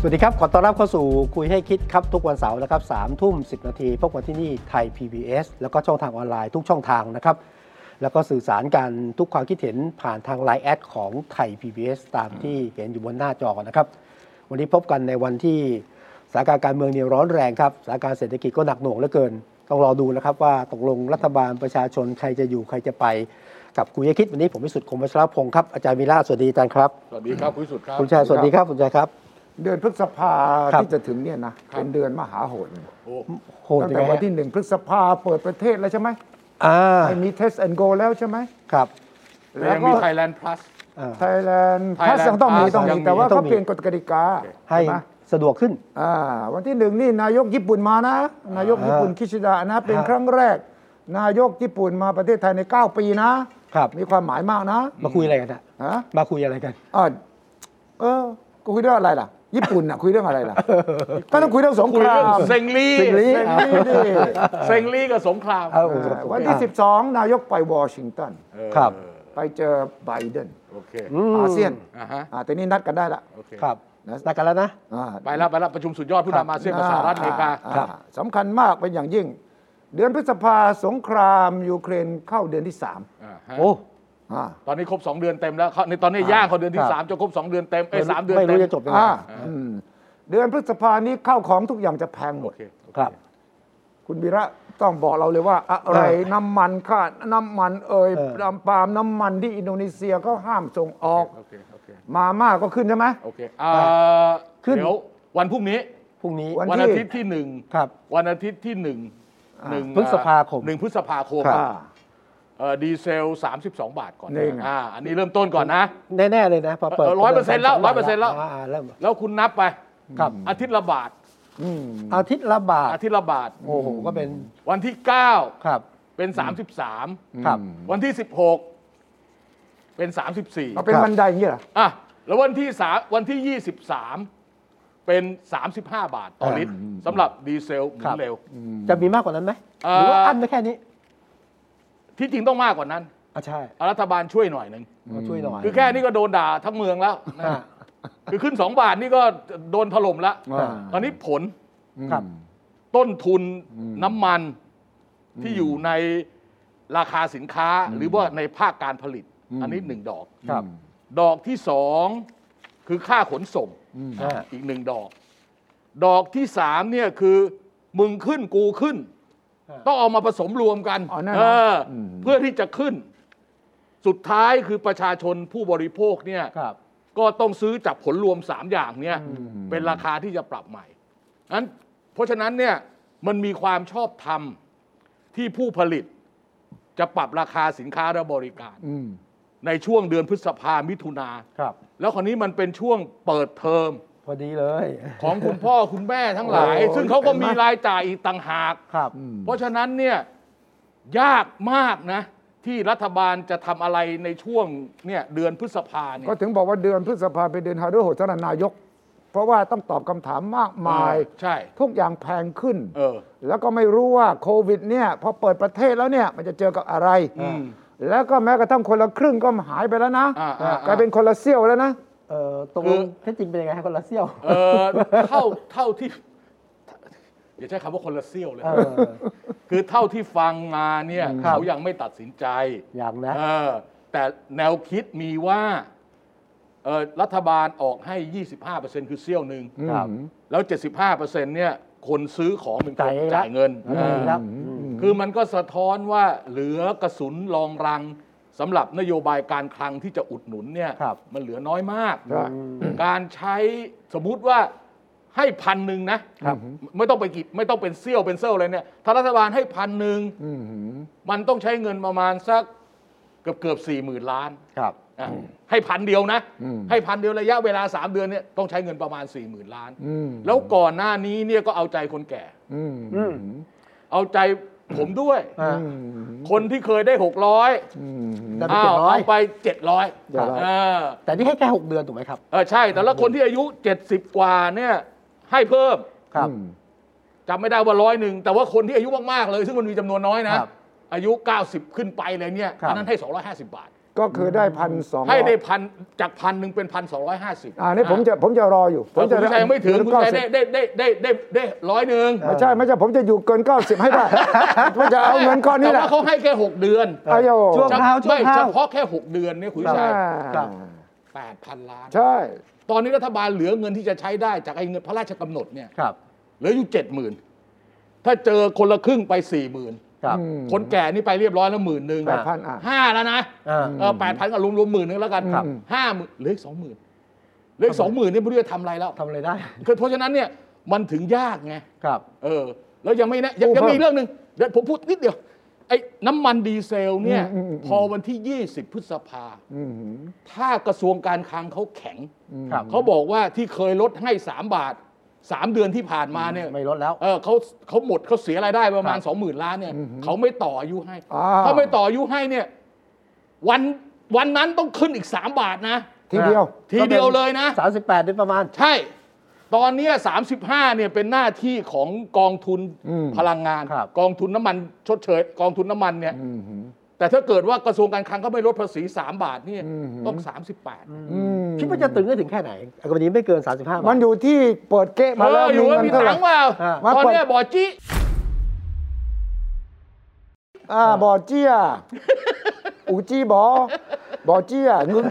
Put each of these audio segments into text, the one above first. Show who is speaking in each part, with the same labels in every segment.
Speaker 1: สวัสดีครับ ขอต้อนรับเข้าสู่คุยให้คิดครับ ทุกวันเสาร์นะครับสามทุ่มสินาทีพบกันที่นี่ไทย PBS แล้วก็ช่องทางออนไลน์ทุกช่องทางนะครับ แล้วก็สื่อสารกันทุกความคิดเห็นผ่านทางไลน์แอดของไทย PBS ตามที่เห็นอยู่บนหน้าจอนะครับ วันนี้พบกันในวันที่สถานการณ์การเมืองเนี่ยร้อนแรงครับสถานการณ์เศรษฐกิจก็หนักหน่วงเหลือเกิน ต้องรอดูนะครับว่าตกลงรัฐบาลประชาชนใครจะอยู่ใครจะไป กับคุยให้คิดวันนี้ผมวิสุทธิ์คมวัชรพงศ์ครับอาจารย์วีระสวัสดีอาจารย์ครับ
Speaker 2: สวัสดีครับคุณวิสุทธิ์ครับ
Speaker 1: คุณชายสวัสดีครับคุณชายครับ
Speaker 3: เดือนพฤษภา
Speaker 1: ครับ
Speaker 3: ที่จะถึงเนี่ยนะเป็นเดือนมหาโหด
Speaker 2: โอ้
Speaker 1: โหด
Speaker 3: ตั้ง
Speaker 1: ยังไง
Speaker 3: แต่วัน
Speaker 1: ฮะ
Speaker 3: ที่หนึ่งพฤษภาเปิดประเทศแล้วใช่ไหม
Speaker 1: อ่า
Speaker 3: ไอ้มีเทสแอนโกแล้วใช่ไหม
Speaker 1: ครับ
Speaker 2: แล้วยังมีไทยแลนด์พลัส
Speaker 1: อ่า
Speaker 3: ไทยแลนด์พ
Speaker 2: Thailand
Speaker 3: าสยังต้องมี
Speaker 2: Pass
Speaker 3: ต้อง
Speaker 2: ยั
Speaker 3: มี
Speaker 2: งมี
Speaker 3: แต่ว่าเขาเปลี่ยนกฎกติกา
Speaker 1: ให้
Speaker 3: ช่ไม
Speaker 1: สะดวกขึ้น
Speaker 3: อ่าวันที่หนึ่งนี่นายกญี่ปุ่นมานะ นายกญี่ปุ่น
Speaker 1: อ่า
Speaker 3: คิชิดะนะ เป็น
Speaker 1: ฮะ
Speaker 3: ครั้งแรก นายกญี่ปุ่นมาประเทศไทยใน 9 ปีนะ
Speaker 1: ครับ
Speaker 3: มีความหมายมากนะ
Speaker 1: มาคุยอะไรกันอะ
Speaker 3: ฮะ
Speaker 1: มาคุยอะไรกัน
Speaker 3: อ่าเออก็คุยเรื่องอะไรล่ะ ญี่ปุ่นน่ะคุยเรื่องอะไรล่ะ ก็ต้องคุยเรื่องสงค
Speaker 2: คุย
Speaker 3: รา
Speaker 2: เรื่อง
Speaker 3: ม
Speaker 2: เซงลี่
Speaker 1: เซ็งลี่
Speaker 3: เซ็ง
Speaker 2: เซง
Speaker 3: ลี่ดิ
Speaker 2: ลี่กับสงคราม
Speaker 1: เอาผม
Speaker 3: อ่า
Speaker 1: ผม
Speaker 3: วันที่
Speaker 1: อ่ะ
Speaker 3: 12 นายกไปวอชิงตัน
Speaker 2: เออ
Speaker 1: ครับ
Speaker 3: ไปเจอไบเดน
Speaker 2: โอเค
Speaker 3: อาเซียน
Speaker 2: อ่ะฮะ
Speaker 3: อ่าแต่นี่นัดกันได้ละ
Speaker 2: โอเค
Speaker 1: ครับ
Speaker 3: นะ
Speaker 1: นัดกันแล้วนะ
Speaker 3: อ่า
Speaker 2: ไปแล้วไปแล้วประชุมสุดยอดผู้นำอาเซียนกับสหรัฐอเมริกา
Speaker 3: อ่
Speaker 1: ครับ
Speaker 3: สำคัญมากเป็นอย่างยิ่ง เดือนพฤษภาสงคราม ยูเครนเข้าเดือนที่3
Speaker 2: อ่าฮะ
Speaker 1: โอ้
Speaker 3: อ่า
Speaker 2: ตอนนี้ครบ 2 เดือนเต็มแล้วเขาในตอนนี้ย่างเขาเดือน
Speaker 1: ค
Speaker 2: ที่
Speaker 1: รับ
Speaker 2: 3 จะครบ 2 เดือนเต็มไอ้ยสามเดือน
Speaker 1: ไม่
Speaker 2: เต็
Speaker 1: รู้
Speaker 2: ม
Speaker 1: จะจบยังไง
Speaker 3: อ่าอืมเดือนพฤษภานี้เข้าของทุกอย่างจะแพงหม
Speaker 2: โอ
Speaker 3: ด
Speaker 2: เคโอ
Speaker 1: ค
Speaker 2: เค
Speaker 1: รับ
Speaker 3: คุณวีระต้องบอกเราเลยว่าอะไร
Speaker 1: เออ
Speaker 3: น้ำมันค่าน้ำมันเอ่ย
Speaker 1: เออ
Speaker 3: น้ำปาล์มน้ำมันที่อินโดนีเซียก็ห้ามส่งออก
Speaker 2: โอเคโอเค
Speaker 3: มาม่าก็ขึ้นใช่ไหม
Speaker 2: โอเคอ่า
Speaker 1: ขึ้น
Speaker 2: เดี๋ยววันพรุ่งนี้
Speaker 1: พรุ่งนี้
Speaker 3: วัน
Speaker 2: วันอาทิตย์ที่หนึ่ง
Speaker 1: ครับ
Speaker 2: วันอาทิตย์ที่หนึ่งหนึ่ง
Speaker 1: พฤษภาคม
Speaker 2: หนึ่งพฤษภาคม
Speaker 1: ครับ
Speaker 3: อ่า
Speaker 2: เอ่อดีเซล 32 บาทก่อน
Speaker 3: นี่ไง
Speaker 2: อ่าอันนี้เริ่มต้นก่อนนะ
Speaker 1: แน่ ๆ เลยนะพอเปิด
Speaker 2: เออ100%แล้ว100%แล้ว
Speaker 1: อ่าเริ่ม
Speaker 2: แล้วคุณนับไป
Speaker 1: ครับ
Speaker 2: อาทิตย์ละบาท
Speaker 3: อืม
Speaker 1: อาทิตย์ละบาท
Speaker 2: อาทิตย์ละบาท
Speaker 1: โอ้โหก็เป็น
Speaker 2: วันที่
Speaker 1: ครับ
Speaker 2: 9 เป็น
Speaker 1: ครับ
Speaker 2: 33 วันที่ 16 เป็น
Speaker 3: เอาเป็น
Speaker 1: ครับ
Speaker 3: บันไดอย่างนี้เหรอ
Speaker 2: 34อ่ะแล้ววันที่สามวันที่ 23 เป็น 35 บาทต่อลิตรสำหรับดีเซลหมุ
Speaker 1: ครั
Speaker 2: น
Speaker 1: บ
Speaker 2: เร็ว
Speaker 1: จะมีมากกว่านั้นไหม
Speaker 2: เอ่
Speaker 1: ห
Speaker 2: อ
Speaker 1: รือว่าอันไม่แค่นี้
Speaker 2: ที่จริงต้องมากกว่านั้น
Speaker 1: อ่ะใช่
Speaker 2: รัฐบาลช่วยหน่อยหนึ่ง
Speaker 1: มาช่วยหน่อย
Speaker 2: คือแค่นี้ก็โดนด่าทั้งเมืองแล้วนะ
Speaker 1: อ่ะ
Speaker 2: คือขึ้น 2 บาทนี่ก็โดนถล่มละ
Speaker 1: อ่า
Speaker 2: ตอนนี้ผล
Speaker 1: ครับ
Speaker 2: ต้นทุนน้ำมันที่อยู่ในราคาสินค้าหรือว่าในภาคการผลิต อันนี้หนึ่งดอก
Speaker 1: ครับ
Speaker 2: ดอกที่สองคือค่าขนส่ง
Speaker 1: อ่ะ
Speaker 2: อีกหนึ่งดอก ดอกที่สามเนี่ยคือมึงขึ้นกูขึ้น ต้องเอามาผสมรวมกัน
Speaker 3: อ๋อแน่นอน
Speaker 2: เอออเพื่อที่จะขึ้น สุดท้ายคือประชาชนผู้บริโภคเนี่ย
Speaker 1: ครับ
Speaker 2: ก็ต้องซื้อจากผลรวม 3 อย่างเนี่ยเป็นราคาที่จะปรับใหม่นั้นเพราะฉะนั้นเนี่ยมันมีความชอบธรรมที่ผู้ผลิตจะปรับราคาสินค้าและบริการ
Speaker 3: อืม
Speaker 2: ในช่วงเดือนพฤษภามิถุนา
Speaker 1: ครับ
Speaker 2: แล้วคราวนี้มันเป็นช่วงเปิดเทอม
Speaker 1: พอดีเลย
Speaker 2: ของคุณพ่อ คุณแม่ทั้งหลาย
Speaker 3: โอ้ย
Speaker 2: ซึ่งเขาก็มี
Speaker 3: เห็นไหม
Speaker 2: รายจ่ายอีกต่างหาก
Speaker 1: ครับ
Speaker 2: เพราะฉะนั้นเนี่ยยากมากนะ ที่รัฐบาลจะทำอะไรในช่วงเนี่ยเดือนพฤษภาเนี่ย
Speaker 3: ก็ถึงบอกว่าเดือนพฤษภาเป็นเดือนฮารุโหดสำหรับนายก เพราะว่าต้องตอบคำถามมากมาย
Speaker 2: ใช่
Speaker 3: ทุกอย่างแพงขึ้น
Speaker 2: เออ
Speaker 3: แล้วก็ไม่รู้ว่าโควิดเนี่ยพอเปิดประเทศแล้วเนี่ยมันจะเจอกับอะไร
Speaker 2: อืม
Speaker 3: แล้วก็แม้กระทั่งคนละครึ่งก็หายไปแล้วนะ
Speaker 2: อ่าอ่าอ่าก
Speaker 3: ลายเป็นคนละเซี่ยวแล้วนะ
Speaker 1: เออตรง
Speaker 2: คือ
Speaker 1: แท้จริงเป็นยังไงฮะคนละเซี่ยว
Speaker 2: เอ อเท่าเท่าที่อย่าใช้คำว่าคนละเซี่ยวเลย
Speaker 1: เออ
Speaker 2: คือเท่าที่ฟังมาเนี่ย
Speaker 1: ครับ
Speaker 2: เขายังไม่ตัดสินใจ
Speaker 1: อย่างนะ
Speaker 2: เออแต่แนวคิดมีว่าเออรัฐบาลออกให้ 25%คือเซี่ยวหนึ่ง
Speaker 1: ครับ
Speaker 2: แล้ว 75%เนี่ยคนซื้อของเป็นคน
Speaker 1: จ่ายเองละ
Speaker 2: จ่ายเงิน
Speaker 1: แล้วก็มี
Speaker 2: เอ
Speaker 1: แล้
Speaker 2: อ
Speaker 1: ว
Speaker 2: คือมันก็สะท้อนว่าเหลือกระสุนรองรังสำหรับนโยบายการคลังที่จะอุดหนุนเนี่ย
Speaker 1: ครับ
Speaker 2: มันเหลือน้อยมาก
Speaker 3: ใช่
Speaker 2: การใช้สมมุติว่าให้พันหนึ่งนะไม่ต้องไปกิจไม่ต้องเป็นเซี่ยวเป็นเซลอะไรเนี่ยถ้ารัฐบาลให้พันหนึ่ง
Speaker 3: อืม
Speaker 2: มันต้องใช้เงินประมาณสักเกือบเกือบสี่หมื่นล้าน
Speaker 1: ครับ
Speaker 2: อ่ะให้พันเดียวนะ
Speaker 3: อืม
Speaker 2: ให้พันเดียวระยะเวลา 3 เดือนเนี่ยต้องใช้เงินประมาณ 4 0,000 ล้าน
Speaker 3: อืม
Speaker 2: แล้วก่อนหน้านี้เนี่ยก็เอาใจคนแก่
Speaker 3: อืม
Speaker 1: อืม
Speaker 2: เอาใจผมด้วย
Speaker 1: อ่า
Speaker 3: อืม
Speaker 2: คนที่เคยได้ 600ร้อย
Speaker 3: อืม
Speaker 1: แต่
Speaker 2: อ้าวเอาไป 700
Speaker 1: เดี๋ยวร้อย
Speaker 2: เออ
Speaker 1: แต่นี่ให้แค่ 6 เดือนถูกไหมครับ
Speaker 2: เออใช่แต่ละคนที่อายุ 70 กว่าเนี่ยให้เพิ่ม
Speaker 1: ครับ
Speaker 3: อืม
Speaker 2: จำไม่ได้ว่าร้อยหนึ่งแต่ว่าคนที่อายุมากๆเลย ซึ่งมันมีจำนวนน้อยนะ
Speaker 1: ครับ
Speaker 2: อายุ 90 ขึ้นไปเลยเนี่ย
Speaker 1: ครับ
Speaker 2: อันนั้นให้ 250 บาท
Speaker 3: ก็คือได้พันสอง
Speaker 2: ให้ได้พันจากพันหนึ่งเป็นพันสองร้อยห้าสิบ
Speaker 3: อ่านี่ผมจะผมจะรออยู่
Speaker 2: ผมจะยังไม่ถึง
Speaker 3: เดือน
Speaker 2: คุณ
Speaker 3: เก้า
Speaker 2: ชัย
Speaker 3: สิ
Speaker 2: ได้
Speaker 3: บ
Speaker 2: ได้ได้ได้ได้ได้ร้อยหนึ่ง
Speaker 3: ไม่ใช่ไม่ใช่ผมจะอยู่เกิน 90 ให้ได้ ผมจะเอาเงินก้อนนี้แห
Speaker 2: แต่
Speaker 3: ละ
Speaker 2: ว่าเขาให้แค่หกเดือน
Speaker 3: เอาโย
Speaker 1: ช่วง
Speaker 2: จะ
Speaker 1: เท้าช่ว
Speaker 2: ไม่
Speaker 1: งเท้า
Speaker 2: เฉพาะแค่หกเดือนเนี่ยคุณ
Speaker 3: ใช่
Speaker 2: ชาย
Speaker 1: ครับ
Speaker 2: แปดพันล้าน
Speaker 3: ใช่
Speaker 2: ตอนนี้รัฐบาลเหลือเงินที่จะใช้ได้จากไอ้เงินพระราชกำหนดเนี่ย
Speaker 1: ครับ
Speaker 2: เหลืออยู่เจ็ดหมื่นถ้าเจอคนละครึ่งไปสี่หมื่น
Speaker 1: ครับ
Speaker 3: อืม
Speaker 2: คนแก่นี่ไปเรียบร้อยแล้วหมื่นหนึ่ง
Speaker 1: ครับ
Speaker 3: แปดพันอ่ะ
Speaker 2: ห้าแล้วนะ
Speaker 1: อ่า
Speaker 2: เออแปดพันก็รวมรวมหมื่นนึงแล้วกัน
Speaker 3: ครับ
Speaker 2: ห้าหมื่นเหลืออีกสองหมื่นเหลืออีกสองหมื่นนี่ไม่รู้จะทำอะไรแล้ว
Speaker 1: ทำอะไรได้
Speaker 2: คือเพราะฉะนั้นเนี่ยมันถึงยากไง
Speaker 1: ครับ
Speaker 2: เออ แล้วยังไม่แนะยัง
Speaker 3: พูด
Speaker 2: ยังมีอีก
Speaker 3: เพิ่ม
Speaker 2: เรื่องหนึ่งเดี๋ยวผมพูดนิดเดียว ไอ้น้ำมันดีเซลเนี่ย
Speaker 3: อืมอืมอื
Speaker 2: พ
Speaker 3: ม
Speaker 2: อวันที่ 20 พฤษภา
Speaker 3: อืม
Speaker 2: ถ้ากระทรวงการคลังเขาแข็ง
Speaker 3: อืม
Speaker 1: ครับ
Speaker 2: เขาบอกว่าที่เคยลดให้ 3 บาท 3 เดือนที่ผ่านมาเนี่ย
Speaker 1: ไม่ลดแล้ว
Speaker 2: เออเขาเขาหมดเขาเสียรายได้ประมาณ 20,000 ล้านเนี่ยเขาไม่ต่ออายุให้
Speaker 3: อ่
Speaker 2: ถ้าไม่ต่ออายุให้เนี่ยวันวันนั้นต้องขึ้นอีก 3 บาทนะ
Speaker 3: ทีเดียว
Speaker 2: ทีเดียวเลยนะ
Speaker 1: 38เดือนประมาณ
Speaker 2: ใช่ ตอนเนี้ย35เนี่ยเป็นหน้าที่ของกองทุน
Speaker 3: อืม
Speaker 2: พลังงาน
Speaker 1: ครับ
Speaker 2: กองทุนน้ำมันชดเชย กองทุนน้ำมันเนี่ย
Speaker 3: อืม
Speaker 2: แต่ถ้าเกิดว่ากระทรวงการคลังเขาไม่ลดภาษี 3 บาทเนี่ย
Speaker 3: อืม
Speaker 2: ต้อง
Speaker 3: อืม
Speaker 1: คิดว่าจะตึงได้ถึงแค่ไหนกรณีไม่เกิน 35บาท
Speaker 3: มันอยู่ที่เปิดเก๊ะ
Speaker 2: 38
Speaker 3: มา
Speaker 2: เอ
Speaker 3: แล้ว
Speaker 2: ออยู่
Speaker 3: มี
Speaker 2: ว่า
Speaker 3: เงิน
Speaker 2: มี
Speaker 3: เท่าไห
Speaker 2: ตั
Speaker 3: ร่
Speaker 2: งค์เปล่า
Speaker 1: อ่า
Speaker 3: มา
Speaker 2: ตอนเนี้ย
Speaker 3: เปิด
Speaker 2: บ่อจี้
Speaker 3: อ่าบ่อเจี้ยอูจี้บ่อบ่อเจี้ยเงิน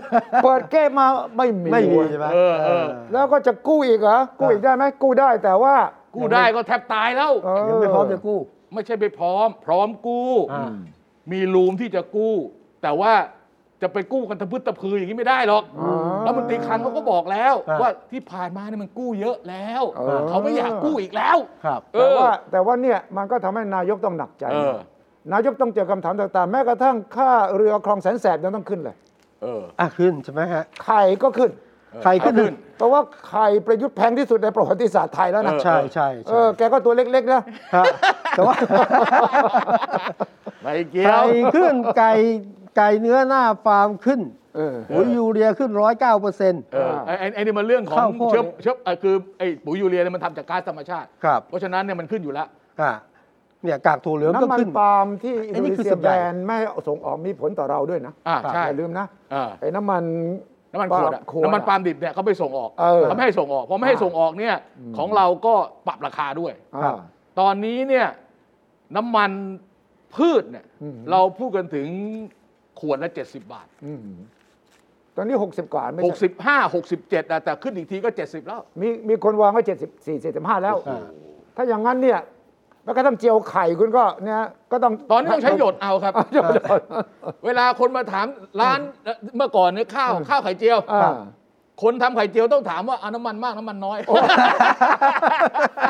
Speaker 3: เปิดเก๊ะมาไม่มี
Speaker 1: ไม่มี
Speaker 3: เว้ย
Speaker 1: ใช่ไหม
Speaker 2: เออเออ
Speaker 3: แล้วก็จะกู้อีกเหรอ กู้อีกได้ไหมกู้ได้แต่ว่า
Speaker 2: กู้ได้ก็แทบตายแล้ว
Speaker 3: เอ
Speaker 1: ยังไม่พร้อมจะกู้
Speaker 2: ไม่ใช่ไปพร้อม พร้อมกู้
Speaker 1: อ่า
Speaker 2: มีรูมที่จะกู้ แต่ว่าจะไปกู้กันทะพึดตะพืออย่างนี้ไม่ได้หรอก
Speaker 3: อ๋อ
Speaker 2: แล้วมันตรีคลังเขาก็บอกแล้ว
Speaker 1: อ่า
Speaker 2: ว่าที่ผ่านมาเนี่ยมันกู้เยอะแล้ว
Speaker 3: เออ
Speaker 2: เขาไม่อยากกู้อีกแล้ว
Speaker 1: ครับ
Speaker 2: เอ
Speaker 3: แต่
Speaker 2: อ
Speaker 3: ว่าแต่ว่าเนี่ยมันก็ทำให้นายกต้องหนักใจ
Speaker 2: เออ
Speaker 3: นายกต้องเจอคำถามต่างๆ แม้กระทั่งค่าเรือคลองแสนแสบยังต้องขึ้นเลย
Speaker 2: เออ
Speaker 1: อ่ะขึ้นใช่ไหมฮะ
Speaker 3: ไข่ก็ขึ้น
Speaker 1: ใครขึ้น
Speaker 2: เอา
Speaker 3: เพราะว่าไข่ประยุทธ์แพงที่สุดในประวัติศาสตร์ไทยแล้วนะ
Speaker 2: เออ
Speaker 1: ใช่ใช่
Speaker 3: เอ
Speaker 1: ใช่
Speaker 3: อแกก็ตัวเล็กๆนะ
Speaker 1: ฮะแต่ว่า
Speaker 2: ไม่เกี่ย
Speaker 1: ไก่
Speaker 2: ว
Speaker 1: ขึ้นไก่ไก่เนื้อหน้าฟาร์มขึ้น
Speaker 3: เออ
Speaker 1: ปุ๋ยยูเรียขึ้นร้อยเก้าเปอร์เซ็นต์
Speaker 2: เออไอ้ไอ้ไอ้นี่มันเรื่องของ
Speaker 1: ข้าวโพด
Speaker 2: เชื้อเชื้อเอ่อคือไอ้ปุ๋ยยูเรียเนี่ยมันทำจากก๊าซธรรมชาติ
Speaker 1: ครับ
Speaker 2: เพราะฉะนั้นเนี่ยมันขึ้นอยู่แล้ว
Speaker 1: อ่ะเนี่ยกากถั่วเหลืองก็
Speaker 3: น้ำมัน
Speaker 1: ขึ้น
Speaker 3: ปาล์มที่อิน
Speaker 1: ไอ้
Speaker 3: โด
Speaker 1: นี่
Speaker 3: นี
Speaker 1: คือ
Speaker 3: เซี
Speaker 1: ส่ว
Speaker 3: ย
Speaker 1: นให
Speaker 3: แบ
Speaker 1: ญ่
Speaker 3: นไม่ให้ส่งออกมีผลต่อเราด้วยนะ
Speaker 2: อ่าใช่
Speaker 3: อย่าลืมนะ
Speaker 2: เออ
Speaker 3: ไอ้น้ำมัน
Speaker 2: น้ำมันขวดอะ
Speaker 3: ปาล์มขวด
Speaker 2: น้ำมันปาล์มดิบเนี่ยเขาไม่ส่งออก
Speaker 3: เออ
Speaker 2: เขาไม่ให้ส่งออกพอไม่ให้ส่งออกเนี่ยของเราก็ปรับราคาด้วย
Speaker 3: อ่า
Speaker 2: ตอนนี้เนี่ยน้ำมันพืชเนี่ย
Speaker 3: อืม
Speaker 2: เราพูดกันถึงขวดละ 70 บาท
Speaker 3: อืมตอนนี้ 60 กว่าไม่ใช่
Speaker 2: 65 67อะแต่ขึ้นอีกทีก็ 70 แล้ว
Speaker 3: มีมีคนวางไว้74 75 แล้ว
Speaker 1: อ่า
Speaker 3: ถ้าอย่างนั้นเนี่ยแม้กระทั่งเจียวไข่คุณก็เนี่ยก็ต้อง
Speaker 2: ตอนนี้ต้องใช้หยดเอาครับ เวลาคนมาถามร้านเอ่อเมื่อก่อนเนี่ยข้าวข้าวไข่เจียว
Speaker 3: อ่า
Speaker 2: คนทำไข่เจียวต้องถามว่าเอาน้ำมันมากน้ำมันน้อย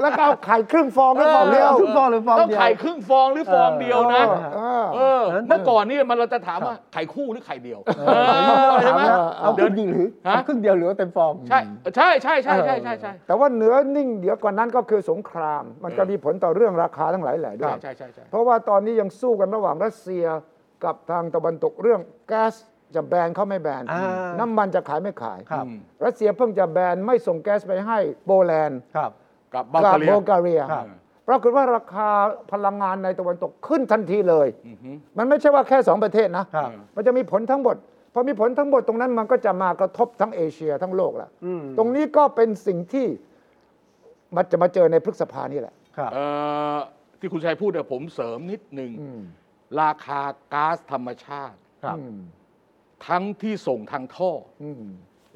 Speaker 3: แล้วก็เอาไข่ครึ่งฟองหรือฟองเดียว
Speaker 1: ครึ่งฟองหรือฟองเดียว
Speaker 2: ต้องไข่ครึ่งฟองหรือฟองเดียวนะ
Speaker 3: เออ
Speaker 2: เออ เมื่อก่อนนี่มันเราจะถามว่าไข่คู่หรือไข่เดียว
Speaker 1: เออ
Speaker 2: เออใช่ไหม
Speaker 3: เออ
Speaker 1: เอาครึ่งหนึ่งหรือ
Speaker 2: ฮะ
Speaker 1: เอาครึ่งเดียวหรือว่าเต็มฟอง
Speaker 2: ใช่ใช่ใช่ใช่ใช่ใช่ใช่
Speaker 3: แต่ว่าเหนือนิ่งเดี๋ยวกว่านั้นก็คือสงคราม มันจะมีผลต่อเรื่องราคาทั้งหลายแหล่ด้ว
Speaker 2: ใช่
Speaker 3: ย
Speaker 2: ใช่ใช่ใช่
Speaker 3: เพราะว่าตอนนี้ยังสู้กันระหว่างรัสเซียกับทางตะวันตกเรื่องแก๊สจะแบนเขาไม่แบน
Speaker 1: อ่า
Speaker 3: น้ำมันจะขายไม่ขาย
Speaker 1: ครับ
Speaker 3: รัสเซียเพิ่งจะแบนไม่ส่งแก๊สไปให้โปแลนด์
Speaker 1: ครับ
Speaker 2: กับบา
Speaker 3: กั
Speaker 2: คาเรีย
Speaker 3: โบการเรีย
Speaker 1: ครับ
Speaker 3: ปรากฏว่าราคาพลังงานในตะวันตกขึ้นทันทีเลย
Speaker 2: อือฮึ
Speaker 3: มันไม่ใช่ว่าแค่สองประเทศนะ
Speaker 1: ครับ
Speaker 3: มันจะมีผลทั้งหมดพอมีผลทั้งหมดตรงนั้นมันก็จะมากระทบทั้งเอเชียทั้งโลกแหละ
Speaker 1: อืม
Speaker 3: ตรงนี้ก็เป็นสิ่งที่มันจะมาเจอในพฤษภานี่แหละ
Speaker 1: ครับ
Speaker 2: เอ่อที่คุณชัยพูดเนี่ยผมเสริมนิดหนึ่ง
Speaker 3: อืม
Speaker 2: ราคาก๊าซธรรมชาติ
Speaker 1: ครับ
Speaker 3: อืม
Speaker 2: ทั้งที่ส่งทางท่อ
Speaker 3: อืม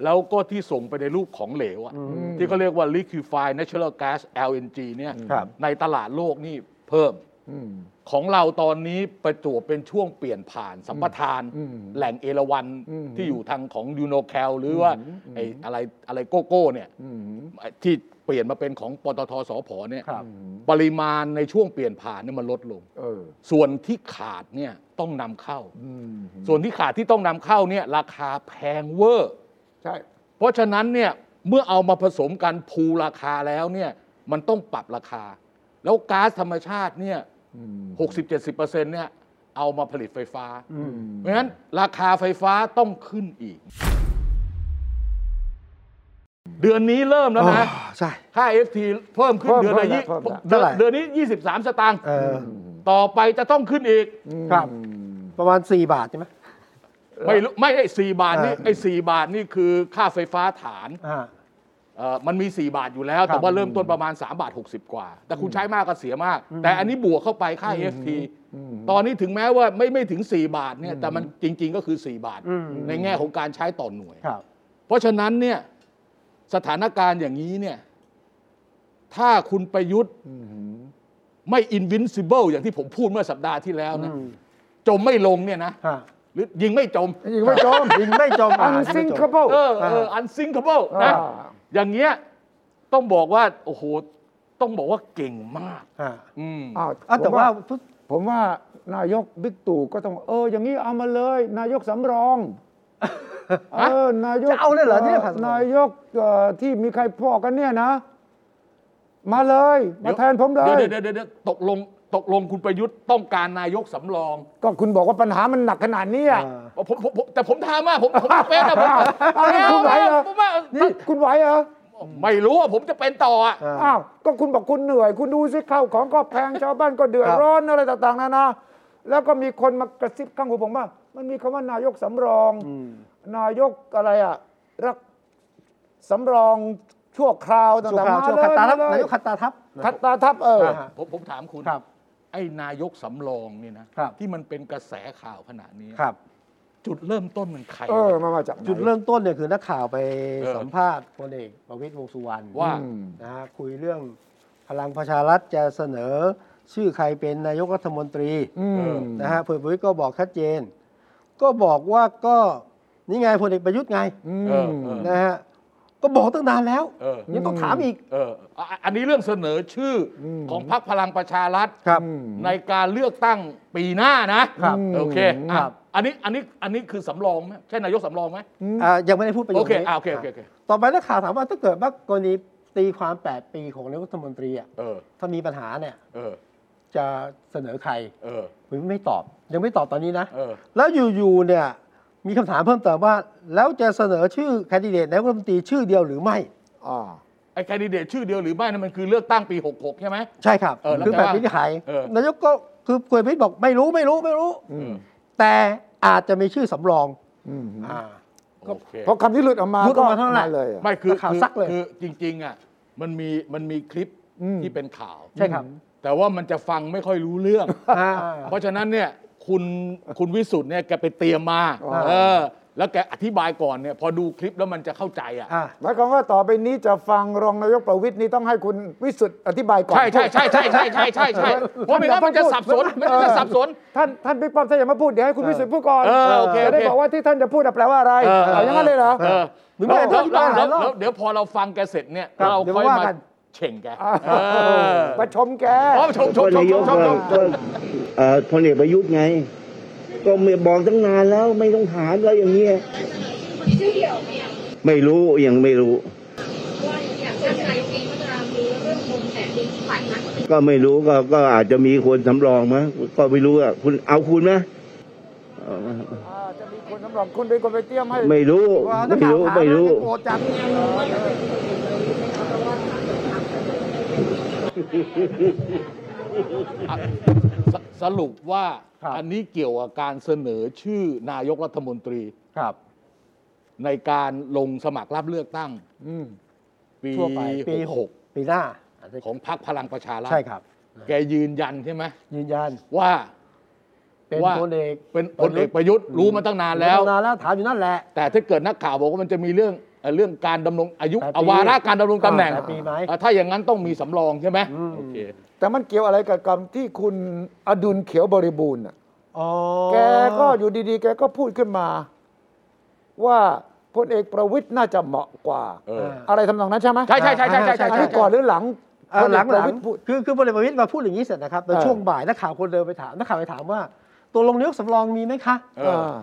Speaker 2: แล้วก็ที่ส่งไปในรูปของเหลวอะ
Speaker 3: ม
Speaker 2: ที่เขาเรียกว่า liquefied natural gas LNG เนี่ย
Speaker 1: ครับ
Speaker 2: ในตลาดโลกนี่เพิ่ม
Speaker 3: อืม
Speaker 2: ของเราตอนนี้ประจวบเป็นช่วงเปลี่ยนผ่านสัมปทาน
Speaker 3: อืม
Speaker 2: แหล่งเอราวัน
Speaker 3: อืม
Speaker 2: ที่อยู่ทางของยูโนแคลหรือว่าไอ้อะไรอะไรโกโก้เนี่ย
Speaker 3: อืม
Speaker 2: ที่ ปลี่ยนมาเป็นของปตทสพเนี่ย
Speaker 1: ครับ
Speaker 2: ปริมาณในช่วงเปลี่ยนผ่านเนี่ยมันลดลง
Speaker 3: เออ
Speaker 2: ส่วนที่ขาดเนี่ยต้องนำเข้า
Speaker 3: อืม
Speaker 2: ส่วนที่ขาดที่ต้องนำเข้าเนี่ยราคาแพงเวอร์
Speaker 3: ใช่
Speaker 2: เพราะฉะนั้นเนี่ยเมื่อเอามาผสมกันภูราคาแล้วเนี่ยมันต้องปรับราคา แล้วก๊าซธรรมชาติเนี่ย
Speaker 3: อืม
Speaker 2: หกสิบเจ็ดสิบเปอร์เซ็นต์เนี่ยเอามาผลิตไฟฟ้า
Speaker 3: อืม
Speaker 2: เพราะฉะนั้นราคาไฟฟ้าต้องขึ้นอีก เดือนนี้เริ่มแล้วนะ
Speaker 1: อ๋อใช่
Speaker 2: ค่า FT เพิ่มขึ้น
Speaker 3: เพิ่ม
Speaker 2: เดือนละ
Speaker 3: เพิ่ม
Speaker 2: ยี่
Speaker 3: เพิ่มละ
Speaker 2: เดือน
Speaker 1: เท่าไหร่
Speaker 2: เดือนนี้ 23 สตางค์
Speaker 1: เออ
Speaker 2: ต่อไปจะต้องขึ้นอีก
Speaker 1: ครับ
Speaker 3: อืม
Speaker 1: ประมาณ 4 บาทใช่ไหม
Speaker 2: ไม่รู้ไม่ไอ้สี่บาทนี่
Speaker 1: เออ
Speaker 2: ไอ้สี่บาทนี่คือค่าไฟฟ้าฐาน
Speaker 1: อ่า
Speaker 2: เอ่อมันมี 4 บาทอยู่แล้ว
Speaker 1: ครั
Speaker 2: แต่
Speaker 1: บ
Speaker 2: ว่าเริ่มต้นประมาณ 3 บาท 60 กว่า แต่คุณใช้มากก็เสียมาก แต่อันนี้บวกเข้าไปค่า FT ตอนนี้ถึงแม้ว่าไม่ไม่ถึง 4 บาทเนี่ยแต่มันจริง ๆ ก็คือ 4 บาท
Speaker 1: อืม
Speaker 2: ในแง่ของการใช้ต่อหน่วย
Speaker 1: ครับ
Speaker 2: เพราะฉะนั้นเนี่ยสถานการณ์อย่างนี้เนี่ยถ้าคุณประยุทธ์
Speaker 3: อืม
Speaker 2: ไม่ invincible อย่างที่ผมพูดเมื่อสัปดาห์ที่แล้วนะ
Speaker 1: อืม
Speaker 2: จมไม่ลงเนี่ยนะ
Speaker 1: ฮะ
Speaker 2: หรือยิงไม่จม
Speaker 3: ยิงไม่จม
Speaker 1: ยิงไม่จม
Speaker 3: อั
Speaker 1: อ่ะ
Speaker 3: น
Speaker 1: ยิงไม่
Speaker 3: ซิง
Speaker 1: จม
Speaker 3: คโปร์
Speaker 2: เออเอออันซิงคเบิลนะ
Speaker 3: อ่า
Speaker 2: อย่างเงี้ยต้องบอกว่า โอ้โห ต้องบอกว่าเก่งมาก
Speaker 1: อ่ะ
Speaker 2: อืม
Speaker 3: อ้าว
Speaker 1: อ่ะแต่
Speaker 3: ผม
Speaker 1: ว่า
Speaker 3: ผมว่านายกบิ๊กตู่ก็ต้อง เออ อย่างนี้เอามาเลย นายกสำรอง เออนายก
Speaker 1: จะเอาเลยเหรอเนี่ยผ่านสำรอง
Speaker 3: นายกเอ่อที่มีใครพ่อกันเนี่ยนะ มาเลย
Speaker 2: เดี๋
Speaker 3: มา
Speaker 2: ยว
Speaker 3: แทนผมเล
Speaker 2: เดี๋ยวย เดี๋ยวเดี๋ยวเดี๋ยวตกลงตกลงคุณประยุทธ์ต้องการนายกสำรอง
Speaker 3: ก็คุณบอกว่าปัญหามันหนักขนาดนี้อ่ะ
Speaker 1: อ่า
Speaker 2: ผมผมผมแต่ผมทามากผมผมไม่เป็นนะผม
Speaker 3: เอานี่คุณไหวเหรอ
Speaker 2: ผมว่า
Speaker 3: นี่คุณไหวเหรอ
Speaker 2: ไม่รู้ว่าผมจะเป็นต่ออ่ะ
Speaker 1: อ่า
Speaker 3: อ้าว ก็คุณบอกคุณเหนื่อย คุณดูสิข้าวของก็แพง ชาวบ้านก็เดือด
Speaker 1: ครับ
Speaker 3: ร้อนอะไรต่างๆนานาแล้วก็มีคนมากระซิบข้างหูผมว่า มันมีคำว่านายกสำรอง
Speaker 1: อืม
Speaker 3: นายกอะไรอ่ะรักสำรองชั่วคราวต่าง
Speaker 1: ชั่วค
Speaker 3: ๆ
Speaker 1: ราว
Speaker 3: มา
Speaker 1: ชั่วคตาทับนา
Speaker 3: เลยมเล
Speaker 1: ย ยกขัดตาทับ
Speaker 3: ทัดตาทับเออ
Speaker 1: อ่าฮะ
Speaker 2: ผมผมถามคุณ
Speaker 1: ครับ
Speaker 2: ไอ้นายกสำรองเนี่ยนะครับ ที่มันเป็นกระแสข่าวขนาดนี้
Speaker 1: ครับ
Speaker 2: จุดเริ่มต้นมันใคร
Speaker 3: เออ
Speaker 2: วะ
Speaker 3: มามาจากไหน
Speaker 1: จุดเริ่มต้นเนี่ยคือนักข่าวไป
Speaker 2: เออ
Speaker 1: สัมภาษณ์พลเอกประวิตรวงษ์สุวรรณ
Speaker 2: ว่า
Speaker 3: อืม
Speaker 1: นะฮะคุยเรื่องพลังประชารัฐจะเสนอชื่อใครเป็นนายกรัฐมนตรี
Speaker 3: อืม
Speaker 2: เออ
Speaker 1: นะฮะพลเอกประวิตรก็บอกชัดเจน ก็บอกว่าก็นี่ไงพลเอกประยุทธ์ไง
Speaker 3: อืม
Speaker 2: เออเออ
Speaker 1: นะฮะก็บอกตั้งนานแล้ว
Speaker 2: เออ
Speaker 1: ยังต้องถามอีก
Speaker 2: เอออ่ะอันนี้เรื่องเสนอชื่ออ
Speaker 3: ม
Speaker 2: ของพรรคพลังประชารัฐ
Speaker 1: ครับ
Speaker 2: ในการเลือกตั้งปีหน้านะครับ โอเคอ่ะ
Speaker 1: ครับ
Speaker 2: อันนี้อันนี้อันนี้คือสำรองไหมใช่นายกสำรองไหม
Speaker 1: อ่ายังไม่ได้พูดประโยค
Speaker 2: โอเค
Speaker 1: นี้
Speaker 2: อ่าโอเคโอเคโอเค
Speaker 1: ต่อไปนักข่าวถามว่าถ้าเกิดว่ากรณีตีความ 8 ปีของนายกรัฐมนตรีอ่ะ
Speaker 2: เออ
Speaker 1: ถ้ามีปัญหาเนี่ย
Speaker 2: เออ
Speaker 1: จะเสนอใคร
Speaker 2: เออ
Speaker 1: ผมไม่ตอบยังไม่ตอบตอนนี้นะ
Speaker 2: เออ
Speaker 1: แล้วอยู่ๆเนี่ยมีคำถามเพิ่มเติมว่า แล้วจะเสนอชื่อแคนดิเดตนายกรัฐมนตรีชื่อเดียวหรือไม่
Speaker 3: อ่า
Speaker 2: ไอ้แคนดิเดตชื่อเดียวหรือไม่นั่นมันคือเลือกตั้งปี 66 ใช่ไหม
Speaker 1: ใช่ครับ
Speaker 2: เออแล้ว
Speaker 1: คือ
Speaker 2: แต่
Speaker 1: แบบ
Speaker 2: ว่า
Speaker 1: วินิจฉัย
Speaker 2: เออ
Speaker 1: นายกก็คือคุยพิษบอกไม่รู้ไม่รู้ไม่รู้
Speaker 3: อืม
Speaker 1: แต่อาจจะมีชื่อสำรอง
Speaker 3: อืม
Speaker 1: อ่า
Speaker 2: โอเค
Speaker 3: เพราะคำที่หลุดออกมา
Speaker 1: หลุดออกมาเท่าไหร่
Speaker 3: ก็เลยอ่ะ
Speaker 2: ไม่คือ
Speaker 1: ข่าว
Speaker 2: คือ
Speaker 1: ซักเลย
Speaker 2: คือจริง ๆ อ่ะ มันมีมันมีคลิป
Speaker 3: อืม
Speaker 2: ที่เป็นข่าว
Speaker 1: ใช่ครับ
Speaker 2: แต่ว่ามันจะฟังไม่ค่อยรู้เรื่อง
Speaker 1: อ่า
Speaker 2: เพราะฉะนั้นเนี่ยคุณคุณวิสุทธ์เนี่ยแกไปเตรียมมา
Speaker 3: อ๋อ
Speaker 2: เออ แล้วแกอธิบายก่อนเนี่ยพอดูคลิปแล้วมันจะเข้าใจอ่ะ
Speaker 1: อ่า
Speaker 3: หมายความว่าต่อไปนี้จะฟังรองนายกประวิตยนี่ต้องให้คุณวิสุทธ์อธิบายก่อน
Speaker 2: ใช่ใช่ใช่ใช่ใช่ใช่ใช่ใช่เพราะไม่งั้นมันจะสับสนมันจะสับสน
Speaker 3: ท่านท่านบิ๊กป้อมท่านอย่ามาพูดเดี๋ยวให้คุณวิสุทธ์พูดก่อน
Speaker 2: เออโอเค
Speaker 3: จะได้
Speaker 2: โอเค
Speaker 3: บอกว่าที่ท่านจะพูดอะแปลว่าอะไร
Speaker 2: เออ
Speaker 3: เอาอย่างนั้นเลยเหรอ
Speaker 2: เออ
Speaker 1: หรือไม่
Speaker 2: แล้ว
Speaker 1: ก็อธิบายหลายรอบ
Speaker 2: แล้วเดี๋ยวพอเราฟังแกเสร็จเนี่ย
Speaker 1: ครับ
Speaker 2: เรา
Speaker 1: เดี๋ยว
Speaker 2: ค่อย
Speaker 1: ว่า
Speaker 2: มา
Speaker 1: กัน
Speaker 2: เฉ่งแก
Speaker 3: อ้าว
Speaker 2: เออ
Speaker 3: มาชมแก
Speaker 2: พร้อมชมชมช
Speaker 4: นาม ย
Speaker 2: ชม
Speaker 4: ก
Speaker 2: ชมชม
Speaker 4: ก็เอ่อพลเอกประยุทธ์ไง ก็ไม่บอกตั้งนานแล้วไม่ต้องถามแล้วอย่างเงี้ยไม่รู้ยังไม่รู้
Speaker 5: ว่าอยากจะใช้ปีมาตรามีเรื่องมุมแต่ดินฝ่ายนัก
Speaker 4: ก็ไม่รู้ก็ก็อาจจะมีคนสำรองมั้งก็ไม่รู้อะคุณเอาคุณไหมเอ่อ
Speaker 3: อ่าจะมีคนสำรองคุณเป็นคนไปเตรียมให้
Speaker 4: ไม่รู้
Speaker 1: ว่านัก
Speaker 4: ไม่
Speaker 1: ข่าว
Speaker 4: รู้
Speaker 1: ถาม
Speaker 4: ไม่รู้
Speaker 1: แล้วจะโกรธจัง
Speaker 2: สสรุปว่า
Speaker 1: ครับ
Speaker 2: อันนี้เกี่ยวกับการเสนอชื่อนายกรัฐมนตรี
Speaker 1: ครับ
Speaker 2: ในการลงสมัครรับเลือกตั้ง
Speaker 3: อืม
Speaker 2: ปี
Speaker 1: ทั่วไปปี
Speaker 2: ห
Speaker 1: ห
Speaker 2: ก
Speaker 1: กปีหน้าอาจจะ
Speaker 2: ของพรรคพลังประชารัฐ
Speaker 1: ใช่ครับ
Speaker 2: แกยืนยันใช่ไหม
Speaker 1: ยืนยัน
Speaker 2: ว่า
Speaker 1: เป็น
Speaker 2: ว่า
Speaker 1: พลเอก
Speaker 2: เป็นพลเอกประยุทธ์รู้มาตั้งนานแล้ว
Speaker 1: นานแล้วถามอยู่นั่นแหละ
Speaker 2: แต่ถ้าเกิดนักข่าวบอกว่ามันจะมีเรื่องเอ่อเรื่องการดำรงอายุ
Speaker 1: แปดปี
Speaker 2: อาวาระการดำรงตำแหน่ง
Speaker 1: แปดปีไหม
Speaker 2: อ่ะถ้าอย่างนั้นต้องมีสำรองใช่ไหม
Speaker 1: อืม
Speaker 2: โอเค
Speaker 3: แต่มันเกี่ยวอะไรกับกรรมที่คุณอดุลเขียวบริบูรณ์น่ะ
Speaker 1: อ๋อ
Speaker 3: แกก็อยู่ดีๆ แกก็พูดขึ้นมา ว่า พลเอกประวิทย์น่าจะเหมาะกว่า
Speaker 2: เออ
Speaker 3: อะไรทำนองนั้นใช่ไหม
Speaker 2: ใช่ใช่ใช่ใช่ใช่
Speaker 3: อัน
Speaker 2: ใช่
Speaker 3: นี้ก่อนหรือหลัง
Speaker 1: เอ่อหลัง
Speaker 3: พ
Speaker 1: ห
Speaker 3: เอกป
Speaker 1: ลั
Speaker 3: ระ
Speaker 1: ง
Speaker 3: วิตรพูด
Speaker 1: คือคือพลเอกประวิตยมาพูดอย่างนี้เสร็จนะครับตอน
Speaker 3: เออ
Speaker 1: ช่วงบ่ายนักข่าวคนเดินไปถามนักข่าวไปถามว่าตัวลงนายกสำรองมีไหมคะ
Speaker 2: เออ
Speaker 3: อ่า